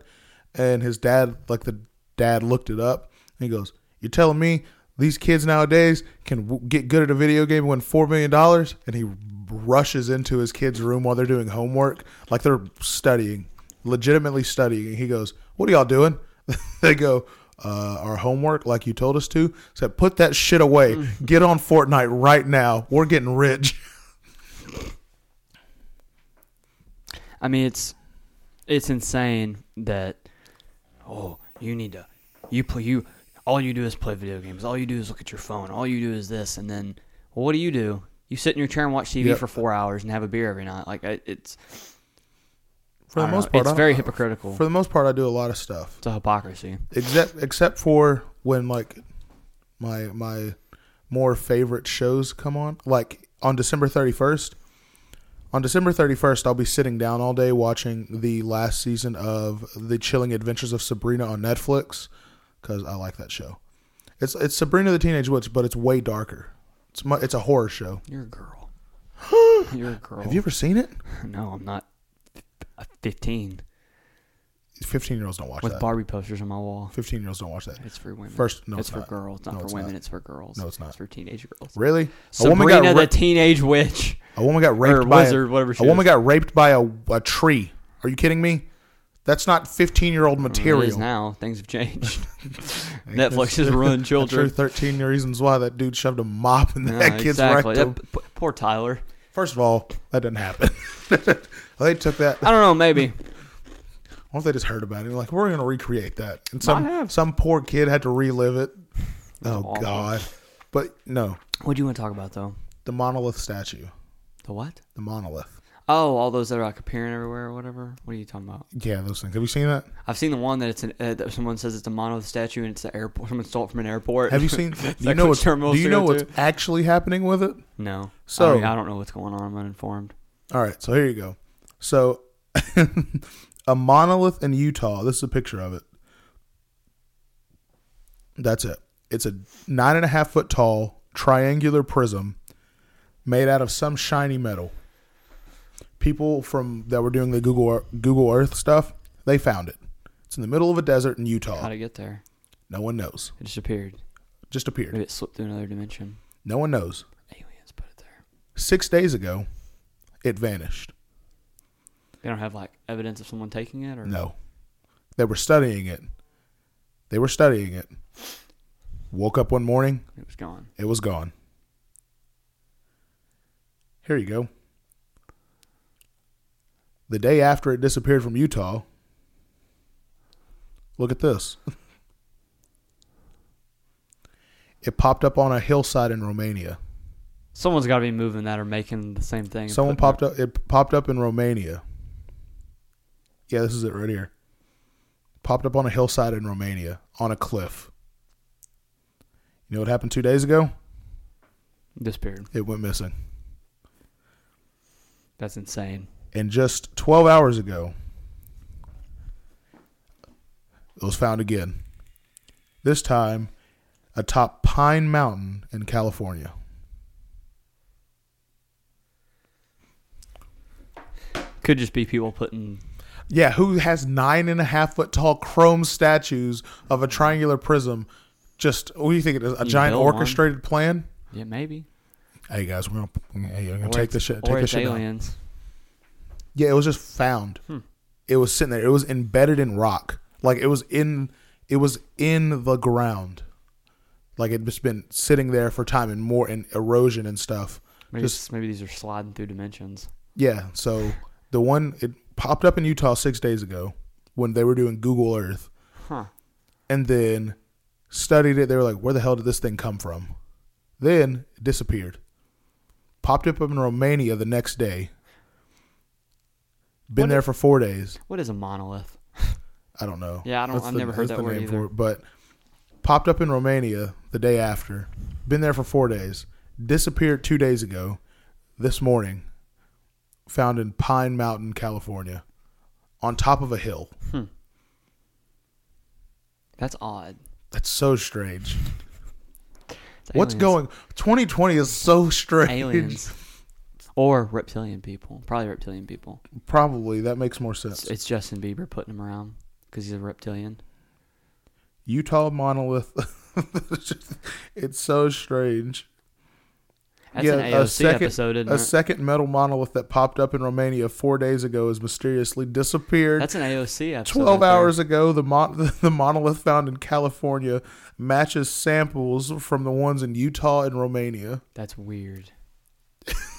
Speaker 2: and his dad, like the dad, looked it up, and he goes, "You're telling me these kids nowadays can w- get good at a video game, and win four million dollars?" And he rushes into his kid's room while they're doing homework, like they're studying, legitimately studying. And he goes, "What are y'all doing?" they go, uh, "Our homework, like you told us to." Said, "Put that shit away. Get on Fortnite right now. We're getting rich."
Speaker 1: I mean, it's it's insane that oh, you need to you play you all you do is play video games. All you do is look at your phone. All you do is this, and then well, what do you do? You sit in your chair and watch TV
Speaker 2: Yep.
Speaker 1: for four hours and have a beer every night. Like I- it's I
Speaker 2: For the
Speaker 1: don't know,
Speaker 2: most part,
Speaker 1: it's
Speaker 2: I-
Speaker 1: very hypocritical.
Speaker 2: For the most part, I do a lot of stuff.
Speaker 1: it's a hypocrisy.
Speaker 2: except except for when like my my more favorite shows come on like on december 31st on december 31st i'll be sitting down all day watching the last season of the chilling adventures of sabrina on netflix because i like that show it's it's sabrina the teenage witch but it's way darker it's mu- it's a horror show
Speaker 1: You're a girl. You're a girl.
Speaker 2: have you ever seen it
Speaker 1: No, I'm not. f- Fifteen
Speaker 2: 15 year olds don't watch
Speaker 1: with
Speaker 2: that
Speaker 1: Barbie posters on my wall.
Speaker 2: 15 year olds don't watch that
Speaker 1: It's for women.
Speaker 2: First, no, it's
Speaker 1: for
Speaker 2: not.
Speaker 1: girls. It's not
Speaker 2: No,
Speaker 1: for
Speaker 2: it's
Speaker 1: women.
Speaker 2: not.
Speaker 1: It's for girls.
Speaker 2: No, it's not.
Speaker 1: It's for teenage girls.
Speaker 2: really a woman
Speaker 1: Sabrina
Speaker 2: got
Speaker 1: the
Speaker 2: ra-
Speaker 1: teenage witch.
Speaker 2: A woman got raped
Speaker 1: Or
Speaker 2: by
Speaker 1: wizard,
Speaker 2: a,
Speaker 1: whatever she
Speaker 2: a woman
Speaker 1: is.
Speaker 2: got raped by a, a tree. Are you kidding me? That's not fifteen year old
Speaker 1: Mm, It is
Speaker 2: material.
Speaker 1: now. Things have changed. Netflix has ruined
Speaker 2: True,
Speaker 1: children.
Speaker 2: thirteen reasons why that dude shoved a mop in
Speaker 1: No,
Speaker 2: that kid's
Speaker 1: exactly.
Speaker 2: rectum.
Speaker 1: That- p- poor Tyler.
Speaker 2: First of all, that didn't happen. they took that.
Speaker 1: I don't know. Maybe
Speaker 2: What if they just heard about it? Like we're going to recreate that, and some
Speaker 1: have.
Speaker 2: some poor kid had to relive it. Oh
Speaker 1: awful.
Speaker 2: God! But no,
Speaker 1: What do you want to talk about though?
Speaker 2: the monolith statue,
Speaker 1: The what?
Speaker 2: the monolith.
Speaker 1: Oh, all those that are like appearing everywhere or whatever. What are you talking about?
Speaker 2: Yeah, those things. Have you seen that?
Speaker 1: I've seen the one that it's an, uh, that someone says it's a monolith statue and it's the airport. Someone stole it from an airport.
Speaker 2: Have you seen? do you
Speaker 1: like
Speaker 2: know
Speaker 1: which
Speaker 2: what's,
Speaker 1: terminal
Speaker 2: do you
Speaker 1: to
Speaker 2: know
Speaker 1: go
Speaker 2: what's actually happening with it?
Speaker 1: No.
Speaker 2: So-
Speaker 1: I, mean, I don't know what's going on. I'm uninformed.
Speaker 2: All right, so here you go. So, a monolith in Utah. This is a picture of it. That's it. It's a nine and a half foot tall triangular prism made out of some shiny metal. People from that were doing the Google Ear- Google Earth stuff, they found it. It's in the middle of a desert in
Speaker 1: How'd
Speaker 2: Utah.
Speaker 1: it get there?
Speaker 2: No one knows.
Speaker 1: It disappeared.
Speaker 2: Just appeared.
Speaker 1: Maybe it slipped through another dimension.
Speaker 2: No one knows.
Speaker 1: Aliens put it there.
Speaker 2: Six days ago, it vanished.
Speaker 1: They don't have like evidence of someone taking it or
Speaker 2: No. They were studying it. They were studying it. Woke up one morning,
Speaker 1: it was gone.
Speaker 2: it was gone. Here you go. The day after it disappeared from Utah, look at this. It popped up on a hillside in Romania.
Speaker 1: Someone's got to be moving that or making the same thing. and
Speaker 2: Someone
Speaker 1: putting it-
Speaker 2: popped up. It popped up in Romania. Yeah, this is it right here. Popped up on a hillside in Romania on a cliff. You know what happened two days ago?
Speaker 1: disappeared.
Speaker 2: It went missing.
Speaker 1: That's insane.
Speaker 2: And just 12 hours ago, it was found again. This time atop Pine Mountain in California.
Speaker 1: Could just be people putting.
Speaker 2: Yeah, who has nine and a half foot tall chrome statues of a triangular prism? Just what do you think it is? A
Speaker 1: You
Speaker 2: giant
Speaker 1: built one.
Speaker 2: orchestrated plan?
Speaker 1: Yeah, maybe.
Speaker 2: Hey guys, we're gonna, hey, we're gonna
Speaker 1: Or
Speaker 2: take
Speaker 1: it's-
Speaker 2: this shit.
Speaker 1: Or
Speaker 2: Take this
Speaker 1: it's
Speaker 2: shit down.
Speaker 1: aliens.
Speaker 2: Yeah, it was just found.
Speaker 1: Hmm.
Speaker 2: It was sitting there. It was embedded in rock. Like it was in it was in the ground. Like it just been sitting there for time and more and erosion and stuff.
Speaker 1: Maybe,
Speaker 2: Just
Speaker 1: maybe these are sliding through dimensions.
Speaker 2: Yeah, so the one it popped up in Utah six days ago when they were doing Google Earth.
Speaker 1: Huh.
Speaker 2: And then studied it. They were like, where the hell did this thing come from? Then it disappeared. Popped up in Romania the next day. Been
Speaker 1: What
Speaker 2: there for four days.
Speaker 1: What is a monolith?
Speaker 2: I don't know.
Speaker 1: Yeah, I don't-
Speaker 2: That's
Speaker 1: I've
Speaker 2: the-
Speaker 1: never heard that
Speaker 2: that's the
Speaker 1: word
Speaker 2: name
Speaker 1: either.
Speaker 2: for it, But popped up in Romania the day after. Been there for four days. Disappeared two days ago. This morning, found in Pine Mountain, California, on top of a hill.
Speaker 1: That's odd.
Speaker 2: That's so strange.
Speaker 1: It's
Speaker 2: What's
Speaker 1: aliens.
Speaker 2: going? 2020 is so strange.
Speaker 1: Aliens. Or reptilian people. Probably reptilian people.
Speaker 2: Probably that makes more sense.
Speaker 1: It's, it's Justin Bieber putting him around because he's a reptilian.
Speaker 2: Utah monolith. it's so strange.
Speaker 1: That's
Speaker 2: Yeah,
Speaker 1: an
Speaker 2: a
Speaker 1: AOC
Speaker 2: second-
Speaker 1: episode, isn't
Speaker 2: A
Speaker 1: it?
Speaker 2: second metal monolith that popped up in Romania four days ago has mysteriously disappeared.
Speaker 1: That's an AOC episode.
Speaker 2: 12
Speaker 1: right there.
Speaker 2: hours ago, the, mon- the monolith found in California matches samples from the ones in Utah and Romania.
Speaker 1: That's weird.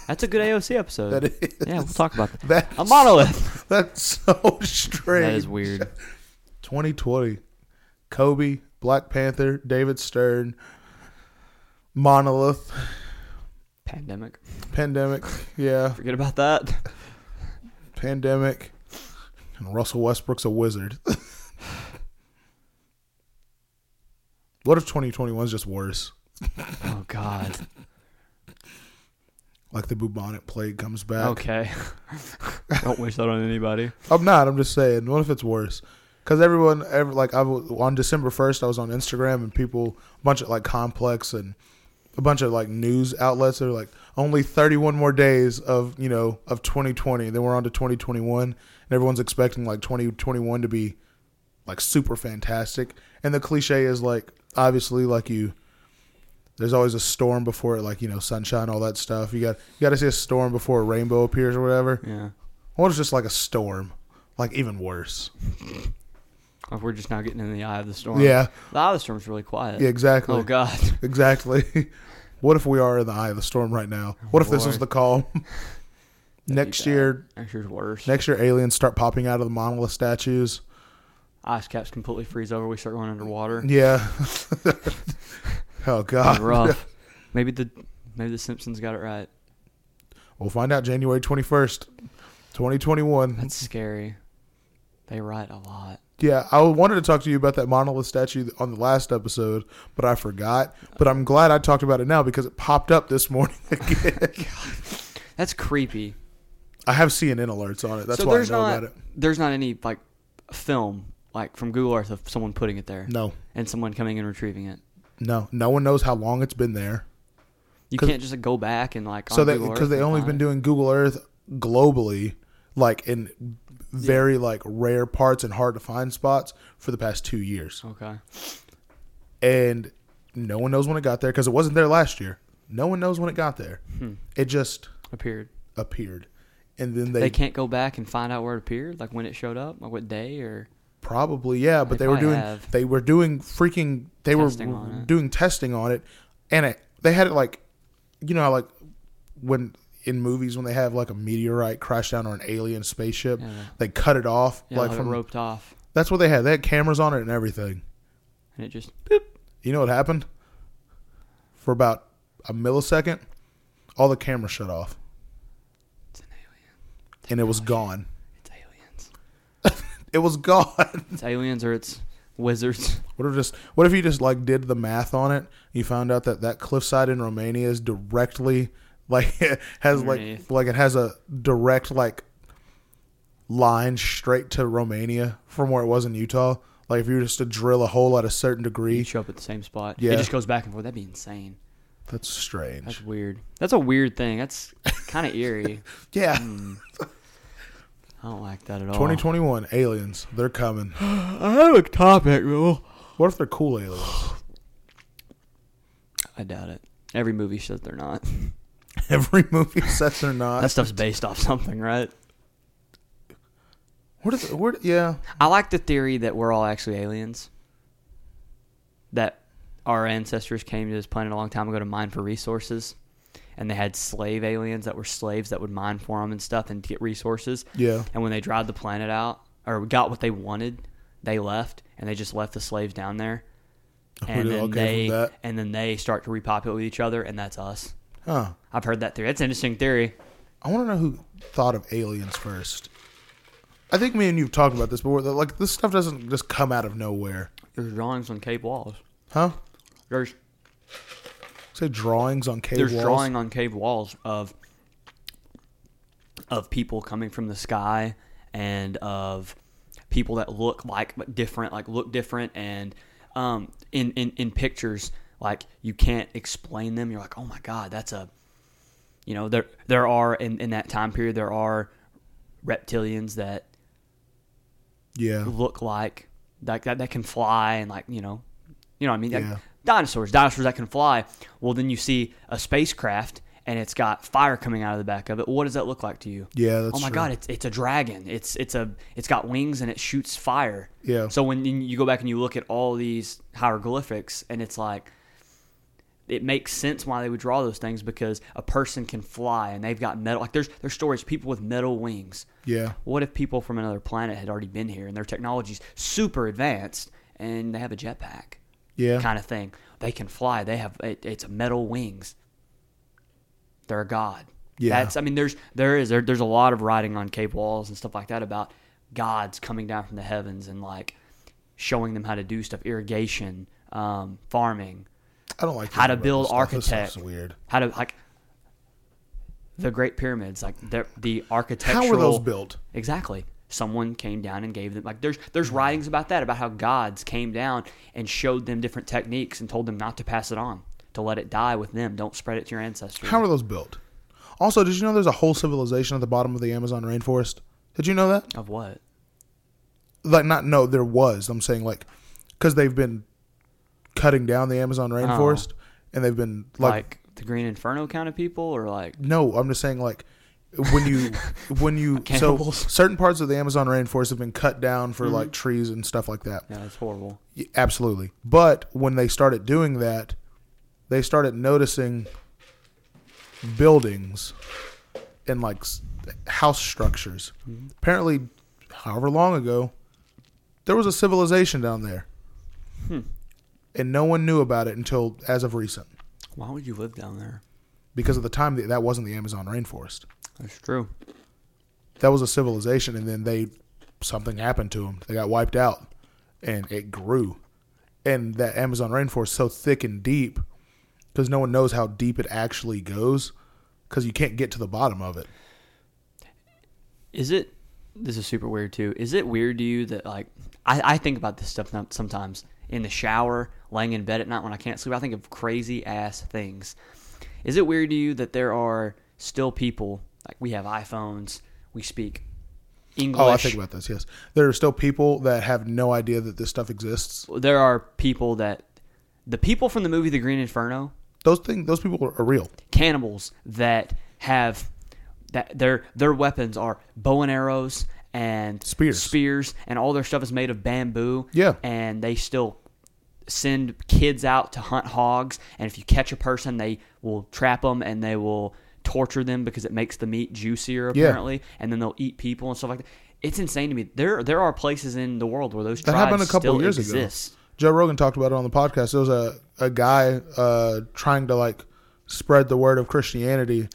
Speaker 1: That's a good AOC episode.
Speaker 2: That is,
Speaker 1: Uh, yeah, we'll talk about that.
Speaker 2: that's,
Speaker 1: A monolith.
Speaker 2: that's so strange.
Speaker 1: That is weird.
Speaker 2: 2020. Kobe, Black Panther, David Stern, monolith,
Speaker 1: Pandemic.
Speaker 2: pandemic. Yeah,
Speaker 1: Forget about that.
Speaker 2: pandemic. And Russell Westbrook's a wizard. what if 2021 is just worse?
Speaker 1: Oh God.
Speaker 2: Like the bubonic plague comes back.
Speaker 1: Okay. Don't wish that on anybody.
Speaker 2: I'm not. I'm just saying. What if it's worse? Because everyone, ever like I was on December first, I was on Instagram and people, a bunch of like complex and a bunch of like news outlets that are like only 31 more days of you know of 2020. Then we're on to 2021, and everyone's expecting like 2021 to be like super fantastic. And the cliche is like obviously like you. There's always a storm before it, like you know, sunshine, all that stuff. You got you got to see a storm before a rainbow appears or whatever.
Speaker 1: Yeah.
Speaker 2: What if it's just like a storm? Like even worse.
Speaker 1: Like we're just now getting in the eye of the storm.
Speaker 2: Yeah.
Speaker 1: The eye of the storm's really quiet.
Speaker 2: Yeah, exactly.
Speaker 1: Oh God.
Speaker 2: Exactly. what if we are in the eye of the storm right now? What if this
Speaker 1: boy.
Speaker 2: was the calm? next
Speaker 1: bad.
Speaker 2: year
Speaker 1: Actually, it's worse.
Speaker 2: next year aliens start popping out of the monolith statues.
Speaker 1: Ice caps completely freeze over. We start going underwater.
Speaker 2: Yeah. oh god.
Speaker 1: Rough. Maybe the maybe the Simpsons got it right.
Speaker 2: We'll find out January twenty first, twenty twenty one.
Speaker 1: That's scary. They write a lot.
Speaker 2: Yeah, I wanted to talk to you about that monolith statue on the last episode, but I forgot. But I'm glad I talked about it now because it popped up this morning again.
Speaker 1: That's creepy.
Speaker 2: I have CNN alerts on it. That's
Speaker 1: so
Speaker 2: why I know
Speaker 1: there's not
Speaker 2: about it.
Speaker 1: there's not any like film like from Google Earth of someone putting it there
Speaker 2: No,
Speaker 1: and someone coming and retrieving it.
Speaker 2: no, no one knows how long it's been there.
Speaker 1: You
Speaker 2: 'Cause-
Speaker 1: can't just like, go back and like
Speaker 2: So
Speaker 1: on
Speaker 2: they
Speaker 1: Google
Speaker 2: because
Speaker 1: Earth
Speaker 2: they
Speaker 1: and
Speaker 2: only
Speaker 1: find
Speaker 2: been
Speaker 1: it.
Speaker 2: doing Google Earth globally, like in very like rare parts and hard to find spots for the past two years,
Speaker 1: okay.
Speaker 2: and no one knows when it got there because it wasn't there last year. No one knows when it got there.
Speaker 1: Hmm.
Speaker 2: It just
Speaker 1: Appeared.
Speaker 2: appeared, and then
Speaker 1: They,
Speaker 2: they,
Speaker 1: can't go back and find out where it appeared, like when it showed up, like what day or
Speaker 2: probably yeah, but
Speaker 1: They
Speaker 2: they, were
Speaker 1: probably
Speaker 2: doing
Speaker 1: have.
Speaker 2: they were doing freaking they
Speaker 1: Testing on
Speaker 2: were
Speaker 1: it.
Speaker 2: doing testing on it, and it they had it like you know how like when in movies when they have like a meteorite crash down or an alien spaceship
Speaker 1: Yeah.
Speaker 2: they cut it off
Speaker 1: yeah,
Speaker 2: like
Speaker 1: like it
Speaker 2: from
Speaker 1: roped off
Speaker 2: that's what they had they had cameras on it and everything
Speaker 1: and it just boop.
Speaker 2: you know what happened for about a millisecond all the cameras shut off
Speaker 1: It's an alien.
Speaker 2: and it was gone
Speaker 1: It's aliens.
Speaker 2: it was gone
Speaker 1: It's aliens or it's wizards.
Speaker 2: what if just what if you just like did the math on it and you found out that that cliffside in romania is directly like has like
Speaker 1: Underneath.
Speaker 2: like it has a direct like line straight to romania from where it was in utah like if you were just to drill a hole at a certain degree
Speaker 1: Each show up at the same spot.
Speaker 2: Yeah.
Speaker 1: It just goes back and forth. That'd be insane.
Speaker 2: that's strange
Speaker 1: That's weird. That's a weird thing. That's kind of eerie.
Speaker 2: yeah
Speaker 1: Hmm. I don't like that at all.
Speaker 2: 2021 aliens, they're coming.
Speaker 1: I have a topic, Will.
Speaker 2: What if they're cool aliens?
Speaker 1: I doubt it. Every movie says they're not.
Speaker 2: Every movie says they're
Speaker 1: That
Speaker 2: not.
Speaker 1: stuff's based off something, right?
Speaker 2: What is where yeah.
Speaker 1: I like the theory that we're all actually aliens. That our ancestors came to this planet a long time ago to mine for resources. And they had slave aliens that were slaves that would mine for them and stuff and get resources.
Speaker 2: Yeah.
Speaker 1: And when they dried the planet out or got what they wanted, they left and they just left the slaves down there. And
Speaker 2: did it all
Speaker 1: then,
Speaker 2: came from
Speaker 1: they,
Speaker 2: that?
Speaker 1: and then they start to repopulate with each other, and that's us.
Speaker 2: Huh.
Speaker 1: I've heard that theory. That's an interesting theory.
Speaker 2: I want to know who thought of aliens first. I think me and you've talked about this before. that, Like this stuff doesn't just come out of nowhere,
Speaker 1: There's drawings on cave walls.
Speaker 2: huh?
Speaker 1: There's
Speaker 2: Say drawings on cave
Speaker 1: there's
Speaker 2: walls.
Speaker 1: drawing on cave walls of of people coming from the sky and of people that look like but different, like look different and um, in, in in pictures like you can't explain them. You're like, oh my god, that's a you know there there are in, in that time period there are reptilians that
Speaker 2: Yeah.
Speaker 1: look like like that that can fly and like you know you know what I mean Like,
Speaker 2: Yeah.
Speaker 1: dinosaurs dinosaurs that can fly well then you see a spacecraft and it's got fire coming out of the back of it what does that look like to you
Speaker 2: Yeah, that's
Speaker 1: oh my
Speaker 2: true.
Speaker 1: god it's it's a dragon it's it's a it's got wings and it shoots fire
Speaker 2: Yeah.
Speaker 1: so when you- you go back and you look at all these hieroglyphics and it's like it makes sense why they would draw those things because a person can fly and they've got metal like there's there's stories people with metal wings
Speaker 2: Yeah.
Speaker 1: what if people from another planet had already been here and their technology's super advanced and they have a jetpack
Speaker 2: Yeah.
Speaker 1: kind of thing? They can fly. They have it, it's metal wings. They're a god.
Speaker 2: Yeah.
Speaker 1: That's I mean there's there is there, there's a lot of writing on cave walls and stuff like that about gods coming down from the heavens and like showing them how to do stuff irrigation, um, farming,
Speaker 2: I don't like
Speaker 1: how to
Speaker 2: thinking
Speaker 1: build
Speaker 2: about this stuff. This
Speaker 1: architect.
Speaker 2: stuff's weird.
Speaker 1: How to like the Great Pyramids, like they're- the architectural.
Speaker 2: How were those built?
Speaker 1: Exactly. Someone came down and gave them like there's there's writings about that about how gods came down and showed them different techniques and told them not to pass it on to let it die with them. Don't spread it to your ancestors.
Speaker 2: How were those built? Also, did you know there's a whole civilization at the bottom of the Amazon rainforest? Did you know that?
Speaker 1: of what?
Speaker 2: like not no there was i'm saying like because they've been cutting down the
Speaker 1: Oh.
Speaker 2: amazon rainforest and they've been
Speaker 1: Like,
Speaker 2: like,
Speaker 1: the Green Inferno kind of people or like
Speaker 2: no i'm just saying like when you when you so
Speaker 1: Cannibals.
Speaker 2: certain parts of the amazon rainforest have been cut down for like trees and stuff like that
Speaker 1: yeah, it's horrible.
Speaker 2: Y- absolutely but when they started doing that they started noticing buildings and like s- house structures apparently however long ago there was a civilization down there and no one knew about it until as of recent
Speaker 1: Why would you live down there?
Speaker 2: because at the time that, that wasn't the amazon rainforest
Speaker 1: That's true.
Speaker 2: that was a civilization and then they something happened to them they got wiped out and it grew and that amazon rainforest is so thick and deep because no one knows how deep it actually goes because you can't get to the bottom of it
Speaker 1: Is it? This is super weird too. Is it weird to you that like I, I think about this stuff no- sometimes in the shower, laying in bed at night when I can't sleep. I think of crazy ass things. Is it weird to you that there are still people like we have iPhones, we speak English.
Speaker 2: oh i think about this yes there are still people that have no idea that this stuff exists
Speaker 1: there are people that the people from the movie The Green Inferno
Speaker 2: those things those people are, are real
Speaker 1: cannibals that have that their their weapons are bow and arrows and
Speaker 2: Spears.
Speaker 1: spears and all their stuff is made of bamboo.
Speaker 2: Yeah.
Speaker 1: And they still send kids out to hunt hogs and if you catch a person they will trap them and they will torture them because it makes the meat juicier
Speaker 2: Yeah.
Speaker 1: apparently and then they'll eat people and stuff like that. It's insane to me. There there are places in the world where those
Speaker 2: that
Speaker 1: tribes
Speaker 2: happened a couple
Speaker 1: still
Speaker 2: years
Speaker 1: exist.
Speaker 2: ago joe rogan talked about it on the podcast there was a, a guy uh, trying to like spread the word of christianity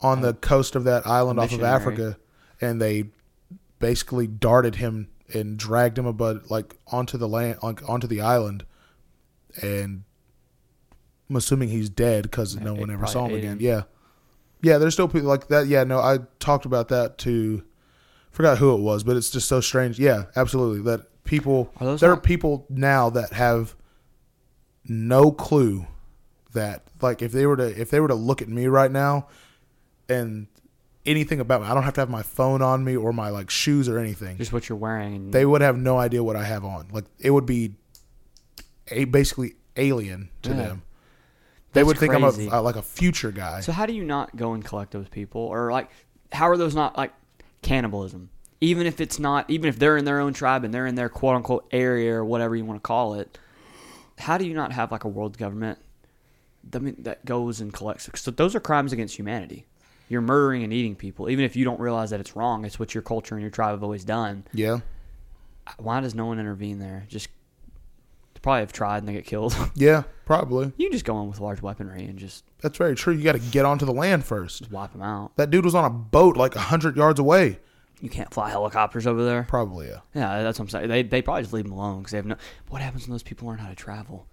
Speaker 2: on the coast of that island off of
Speaker 1: Um, missionary.
Speaker 2: africa and they basically darted him and dragged him above like onto the land like onto the island and i'm assuming he's dead because no
Speaker 1: it
Speaker 2: one ever
Speaker 1: probably
Speaker 2: saw him
Speaker 1: ate
Speaker 2: again
Speaker 1: him.
Speaker 2: yeah yeah there's still people like that yeah no i talked about that to forgot who it was, but it's just so strange. Yeah, absolutely. That people
Speaker 1: Are those
Speaker 2: there are
Speaker 1: not-
Speaker 2: people now that have no clue that like if they were to if they were to look at me right now and anything about me, I don't have to have my phone on me or my like shoes or anything.
Speaker 1: Just what you're wearing and
Speaker 2: they would have no idea what I have on. Like it would be a basically alien to
Speaker 1: Yeah.
Speaker 2: them. They
Speaker 1: That's
Speaker 2: would think
Speaker 1: crazy.
Speaker 2: I'm a, uh, like a future guy.
Speaker 1: So how do you not go and collect those people, or like, how are those not like cannibalism? Even if it's not, even if they're in their own tribe and they're in their quote unquote area or whatever you want to call it, how do you not have like a world government? I mean, that goes and collects. So those are crimes against humanity. You're murdering and eating people, even if you don't realize that it's wrong. It's what your culture and your tribe have always done.
Speaker 2: yeah.
Speaker 1: Why does no one intervene there? Just they probably have tried and they get killed.
Speaker 2: Yeah, probably.
Speaker 1: you can just go in with large weaponry and just
Speaker 2: That's very true. You got to get onto the land first.
Speaker 1: wipe them out.
Speaker 2: That dude was on a boat like 100 yards away.
Speaker 1: You can't fly helicopters over there.
Speaker 2: Probably, yeah.
Speaker 1: Yeah, that's what I'm saying. They, they probably just leave them alone because they have no. What happens when those people learn how to travel?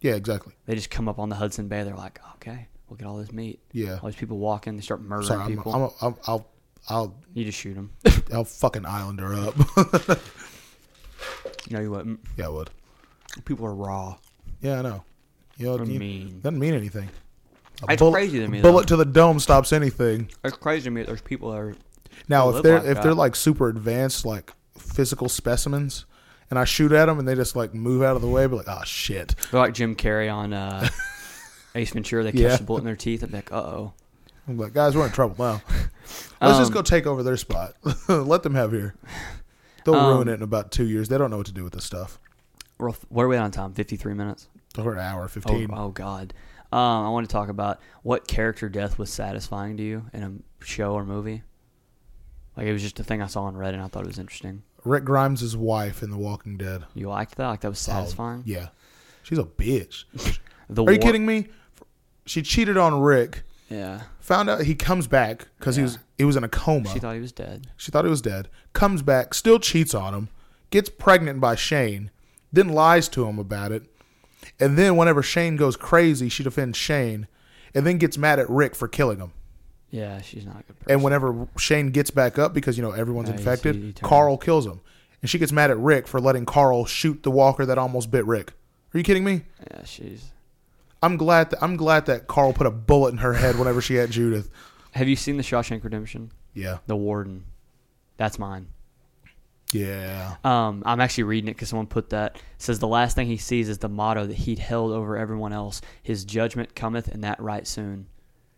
Speaker 2: Yeah, exactly.
Speaker 1: They just come up on the Hudson Bay. They're like, okay, we'll get all this meat.
Speaker 2: Yeah.
Speaker 1: All these people walk in, they start murdering
Speaker 2: Sorry, I'm,
Speaker 1: people.
Speaker 2: I'm, a, I'm, I'll, I'll,
Speaker 1: you just shoot them.
Speaker 2: I'll fucking islander up.
Speaker 1: no, you wouldn't.
Speaker 2: yeah, I would.
Speaker 1: People are raw.
Speaker 2: Yeah, I know. You know,
Speaker 1: Or
Speaker 2: you-
Speaker 1: mean.
Speaker 2: doesn't mean anything. A
Speaker 1: It's crazy to me,
Speaker 2: Bullet to the dome stops anything.
Speaker 1: It's crazy to me. that There's people that are They
Speaker 2: Now, if
Speaker 1: live
Speaker 2: they're
Speaker 1: like
Speaker 2: if
Speaker 1: that.
Speaker 2: they're like super advanced, like physical specimens, and I shoot at them and they just like move out of the way, be like, oh shit.
Speaker 1: they're like Jim Carrey on uh, Ace Ventura. They catch
Speaker 2: Yeah.
Speaker 1: the bullet in their teeth. I'm like, uh oh.
Speaker 2: I'm like, guys, we're in trouble now. Let's just
Speaker 1: Um,
Speaker 2: go take over their spot. Let them have here. They'll ruin
Speaker 1: Um,
Speaker 2: it in about two years. They don't know what to do with this stuff.
Speaker 1: We're, what are we on time? 53 minutes?
Speaker 2: Or an hour,
Speaker 1: Oh,
Speaker 2: fifteen.
Speaker 1: oh God. Um, I want to talk about what character death was satisfying to you in a show or movie. Like it was just a thing I saw on Reddit and I thought it was interesting.
Speaker 2: Rick Grimes' wife in The Walking Dead.
Speaker 1: You liked that? Like that was satisfying?
Speaker 2: Oh, yeah, she's a bitch.
Speaker 1: The
Speaker 2: Are you
Speaker 1: war-
Speaker 2: kidding me? She cheated on Rick.
Speaker 1: Yeah.
Speaker 2: Found out he comes back because he was he was in a coma.
Speaker 1: She thought he was dead.
Speaker 2: She thought he was dead. Comes back, still cheats on him, gets pregnant by Shane, then lies to him about it. And then whenever Shane goes crazy, she defends Shane and then gets mad at Rick for killing him.
Speaker 1: Yeah, she's not a good person.
Speaker 2: And whenever Shane gets back up because you know everyone's
Speaker 1: Yeah, he's-
Speaker 2: infected,
Speaker 1: he- he turns.
Speaker 2: Carl kills him. And she gets mad at Rick for letting Carl shoot the walker that almost bit Rick. Are you kidding me?
Speaker 1: yeah, she's.
Speaker 2: I'm glad that I'm glad that Carl put a bullet in her head whenever she had Judith.
Speaker 1: Have you seen The Shawshank Redemption?
Speaker 2: Yeah.
Speaker 1: The Warden. That's mine.
Speaker 2: Yeah.
Speaker 1: Um, I'm actually reading it because someone put that it says the last thing he sees is the motto that he'd held over everyone else: "His judgment cometh, and that right soon."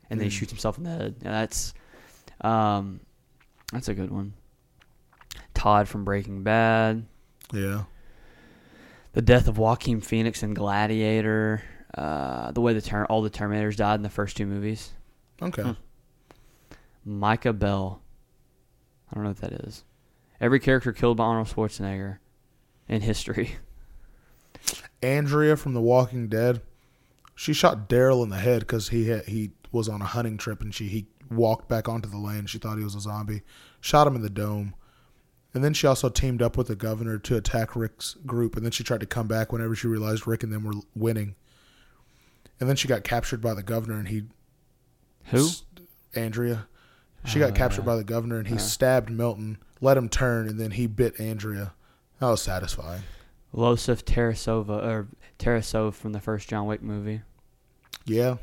Speaker 1: And then he shoots himself in the head. And that's, um, that's a good one. Todd from Breaking Bad,
Speaker 2: Yeah.
Speaker 1: the death of Joaquin Phoenix in Gladiator, uh, the way the ter- all the Terminators died in the first two movies.
Speaker 2: Okay.
Speaker 1: Micah Bell. I don't know what that is. Every character killed by Arnold Schwarzenegger in history.
Speaker 2: Andrea from The Walking Dead, she shot Daryl in the head because he had, he was on a hunting trip and she he walked back onto the land. She thought he was a zombie, shot him in the dome, and then she also teamed up with the governor to attack Rick's group. And then she tried to come back whenever she realized Rick and them were winning. And then she got captured by the governor and he
Speaker 1: Who?
Speaker 2: s- Andrea. She got captured by the governor and he stabbed Milton, let him turn, and then he bit Andrea. That was satisfying.
Speaker 1: Losif Tarasova or Tarasov from the first John Wick movie.
Speaker 2: Yeah.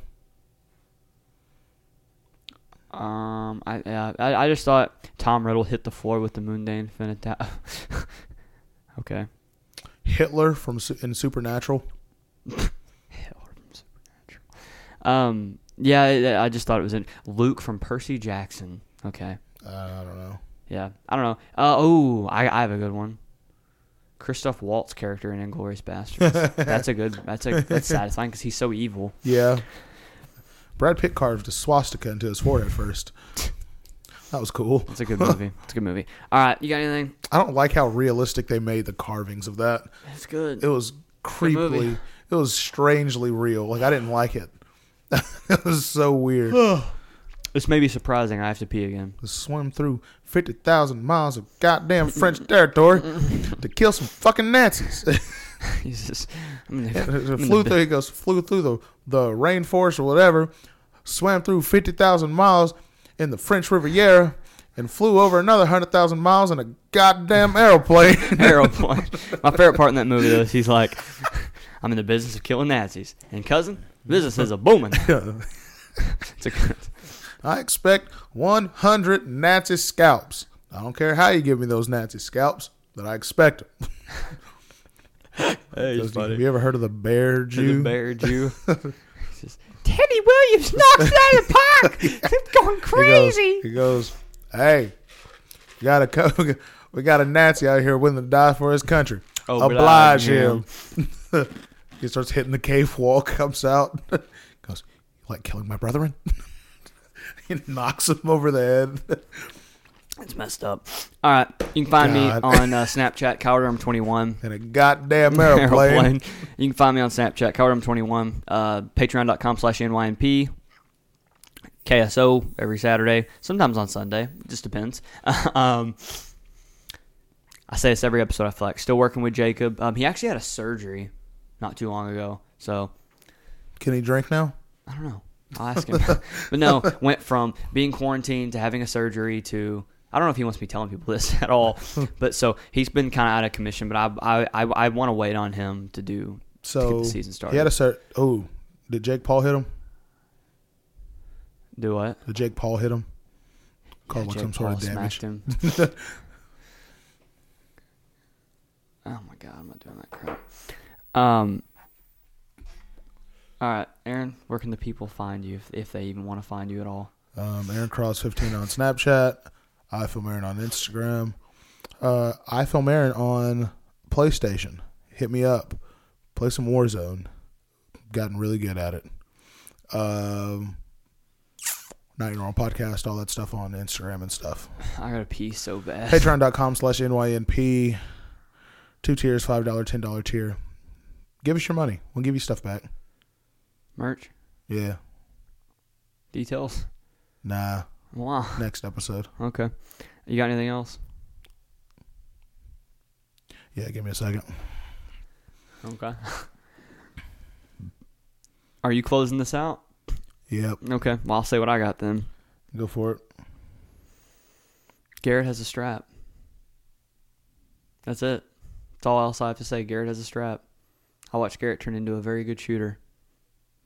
Speaker 1: Um, I yeah, I, I just thought Tom Riddle hit the floor with the Moonday Infinita. okay.
Speaker 2: Hitler from Su- in Supernatural.
Speaker 1: Hell, from Supernatural. Um, yeah, I, I just thought it was in Luke from Percy Jackson. Okay.
Speaker 2: Uh, I don't know.
Speaker 1: Yeah, I don't know. Uh, oh, I, I have a good one. Christoph Waltz character in Inglorious Bastards. that's a good. That's a that's satisfying because he's so evil.
Speaker 2: Yeah. Brad Pitt carved a swastika into his forehead first. That was cool.
Speaker 1: It's a good movie. It's a good movie. All right, you got anything?
Speaker 2: I don't like how realistic they made the carvings of that.
Speaker 1: That's good.
Speaker 2: It was creepily,
Speaker 1: movie.
Speaker 2: it was strangely real. Like, I didn't like it. it was so weird.
Speaker 1: This may be surprising. I have to pee again.
Speaker 2: to swim through 50,000 miles of goddamn French territory to kill some fucking Nazis.
Speaker 1: Jesus. I'm gonna- I'm
Speaker 2: flew
Speaker 1: gonna
Speaker 2: through, he goes, flew through the, the rainforest or whatever, swam through 50,000 miles in the French Riviera, and flew over another 100,000 miles in a goddamn aeroplane.
Speaker 1: be- aeroplane. My favorite part in that movie though is he's like, "I'm in the business of killing Nazis," and cousin, business is a booming. It's a good.
Speaker 2: I expect 100 Nazi scalps. I don't care how you give me those Nazi scalps, but I expect them.
Speaker 1: Hey,
Speaker 2: Have you ever heard of the bear Jew?
Speaker 1: The bear Jew. It's just, Teddy Williams knocks it out of the park. It's going
Speaker 2: He goes-
Speaker 1: crazy.
Speaker 2: He goes, "Hey, we got a co- we got a Nazi out here willing to die for his country. Oblige
Speaker 1: Oblige
Speaker 2: him." he starts hitting the cave wall, comes out, goes, "You like killing my brethren?" he knocks him over the head.
Speaker 1: It's messed up. All right, you can find
Speaker 2: God.
Speaker 1: me on uh, Snapchat, Cowardum21.
Speaker 2: In a goddamn airplane.
Speaker 1: Aeroplane. You can find me on Snapchat, Cowardum21, uh, patreon.com slash NYNP, KSO every Saturday, sometimes on Sunday. just depends. um, I say this every episode, I feel like. Still working with Jacob. Um, he actually had a surgery not too long ago, so
Speaker 2: Can he drink now?
Speaker 1: I don't know. I'll ask him. but no, went from being quarantined to having a surgery to I don't know if he wants me telling people this at all, but so he's been kind of out of commission. But I I I, I want to wait on him to do to
Speaker 2: So
Speaker 1: get the season started.
Speaker 2: he had a cert. Oh, did Jake Paul hit him?
Speaker 1: do what?
Speaker 2: Did Jake Paul hit him? Call
Speaker 1: Yeah,
Speaker 2: it
Speaker 1: Jake
Speaker 2: some sort
Speaker 1: Paul
Speaker 2: of damage.
Speaker 1: smashed him. oh my god, I'm not doing that crap. Um. All right, Aaron, where can the people find you if, if they even want to find you at all?
Speaker 2: Um, Aaron Cross fifteen on Snapchat. I film Aaron on Instagram. Uh, I film Aaron on PlayStation. Hit me up. Play some Warzone. Gotten really good at it. Um, not your own podcast. All that stuff on Instagram and stuff.
Speaker 1: I gotta pee so bad.
Speaker 2: patreon.com slash nynp two tiers five dollar ten dollar tier give us your money we'll give you stuff back
Speaker 1: Merch
Speaker 2: yeah
Speaker 1: details.
Speaker 2: nah
Speaker 1: Wow.
Speaker 2: next episode
Speaker 1: Okay. You got anything else?
Speaker 2: yeah give me a second
Speaker 1: Okay. Are you closing this out?
Speaker 2: yep
Speaker 1: Okay. Well, I'll say what I got then.
Speaker 2: go for it
Speaker 1: Garrett has a strap. That's it. That's all else I have to say. Garrett has a strap. I watched Garrett turn into a very good shooter.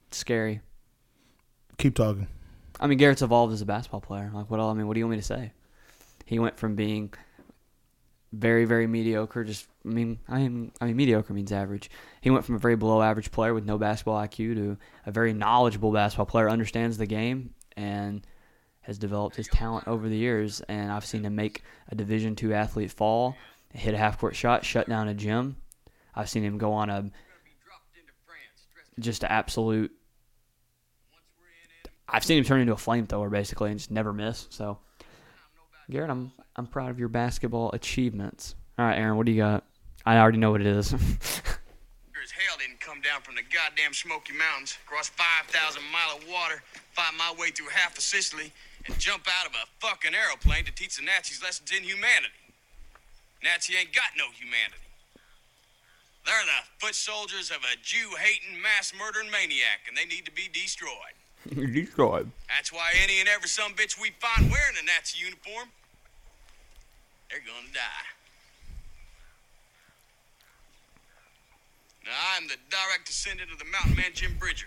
Speaker 1: It's scary.
Speaker 2: keep talking
Speaker 1: I mean, Garrett's evolved as a basketball player. Like, what? el- I mean, what do you want me to say? He went from being very, very mediocre. Just, I mean, I mean, I mean, mediocre means average. He went from a very below average player with no basketball IQ to a very knowledgeable basketball player, understands the game, and has developed his talent over the years. And I've seen him make a Division two athlete fall, hit a half court shot, shut down a gym. I've seen him go on a just absolute I've seen him turn into a flamethrower basically and just never miss. So, Garrett, I'm I'm proud of your basketball achievements. All right, Aaron, what do you got? I already know what it is.
Speaker 3: Sure as hell didn't come down from the goddamn Smoky Mountains, cross 5,000 mile of water, find my way through half of Sicily, and jump out of a fucking aeroplane to teach the Nazis lessons in humanity. Nazi ain't got no humanity. They're the foot soldiers of a Jew hating, mass murdering maniac, and they need to be destroyed.
Speaker 1: Destroyed.
Speaker 3: That's why any and every some bitch we find wearing a Nazi uniform, they're gonna die. Now I'm the direct descendant of the mountain man Jim Bridger.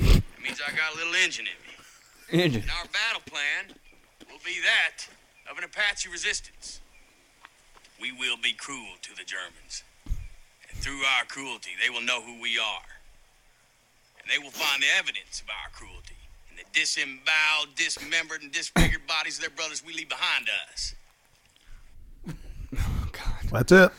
Speaker 3: That means I got a little engine in me.
Speaker 1: Engine.
Speaker 3: And our battle plan will be that of an Apache resistance. We will be cruel to the Germans. And through our cruelty, they will know who we are. And they will find the evidence of our cruelty in the disemboweled, dismembered, and disfigured bodies of their brothers we leave behind us.
Speaker 1: Oh, God.
Speaker 2: that's it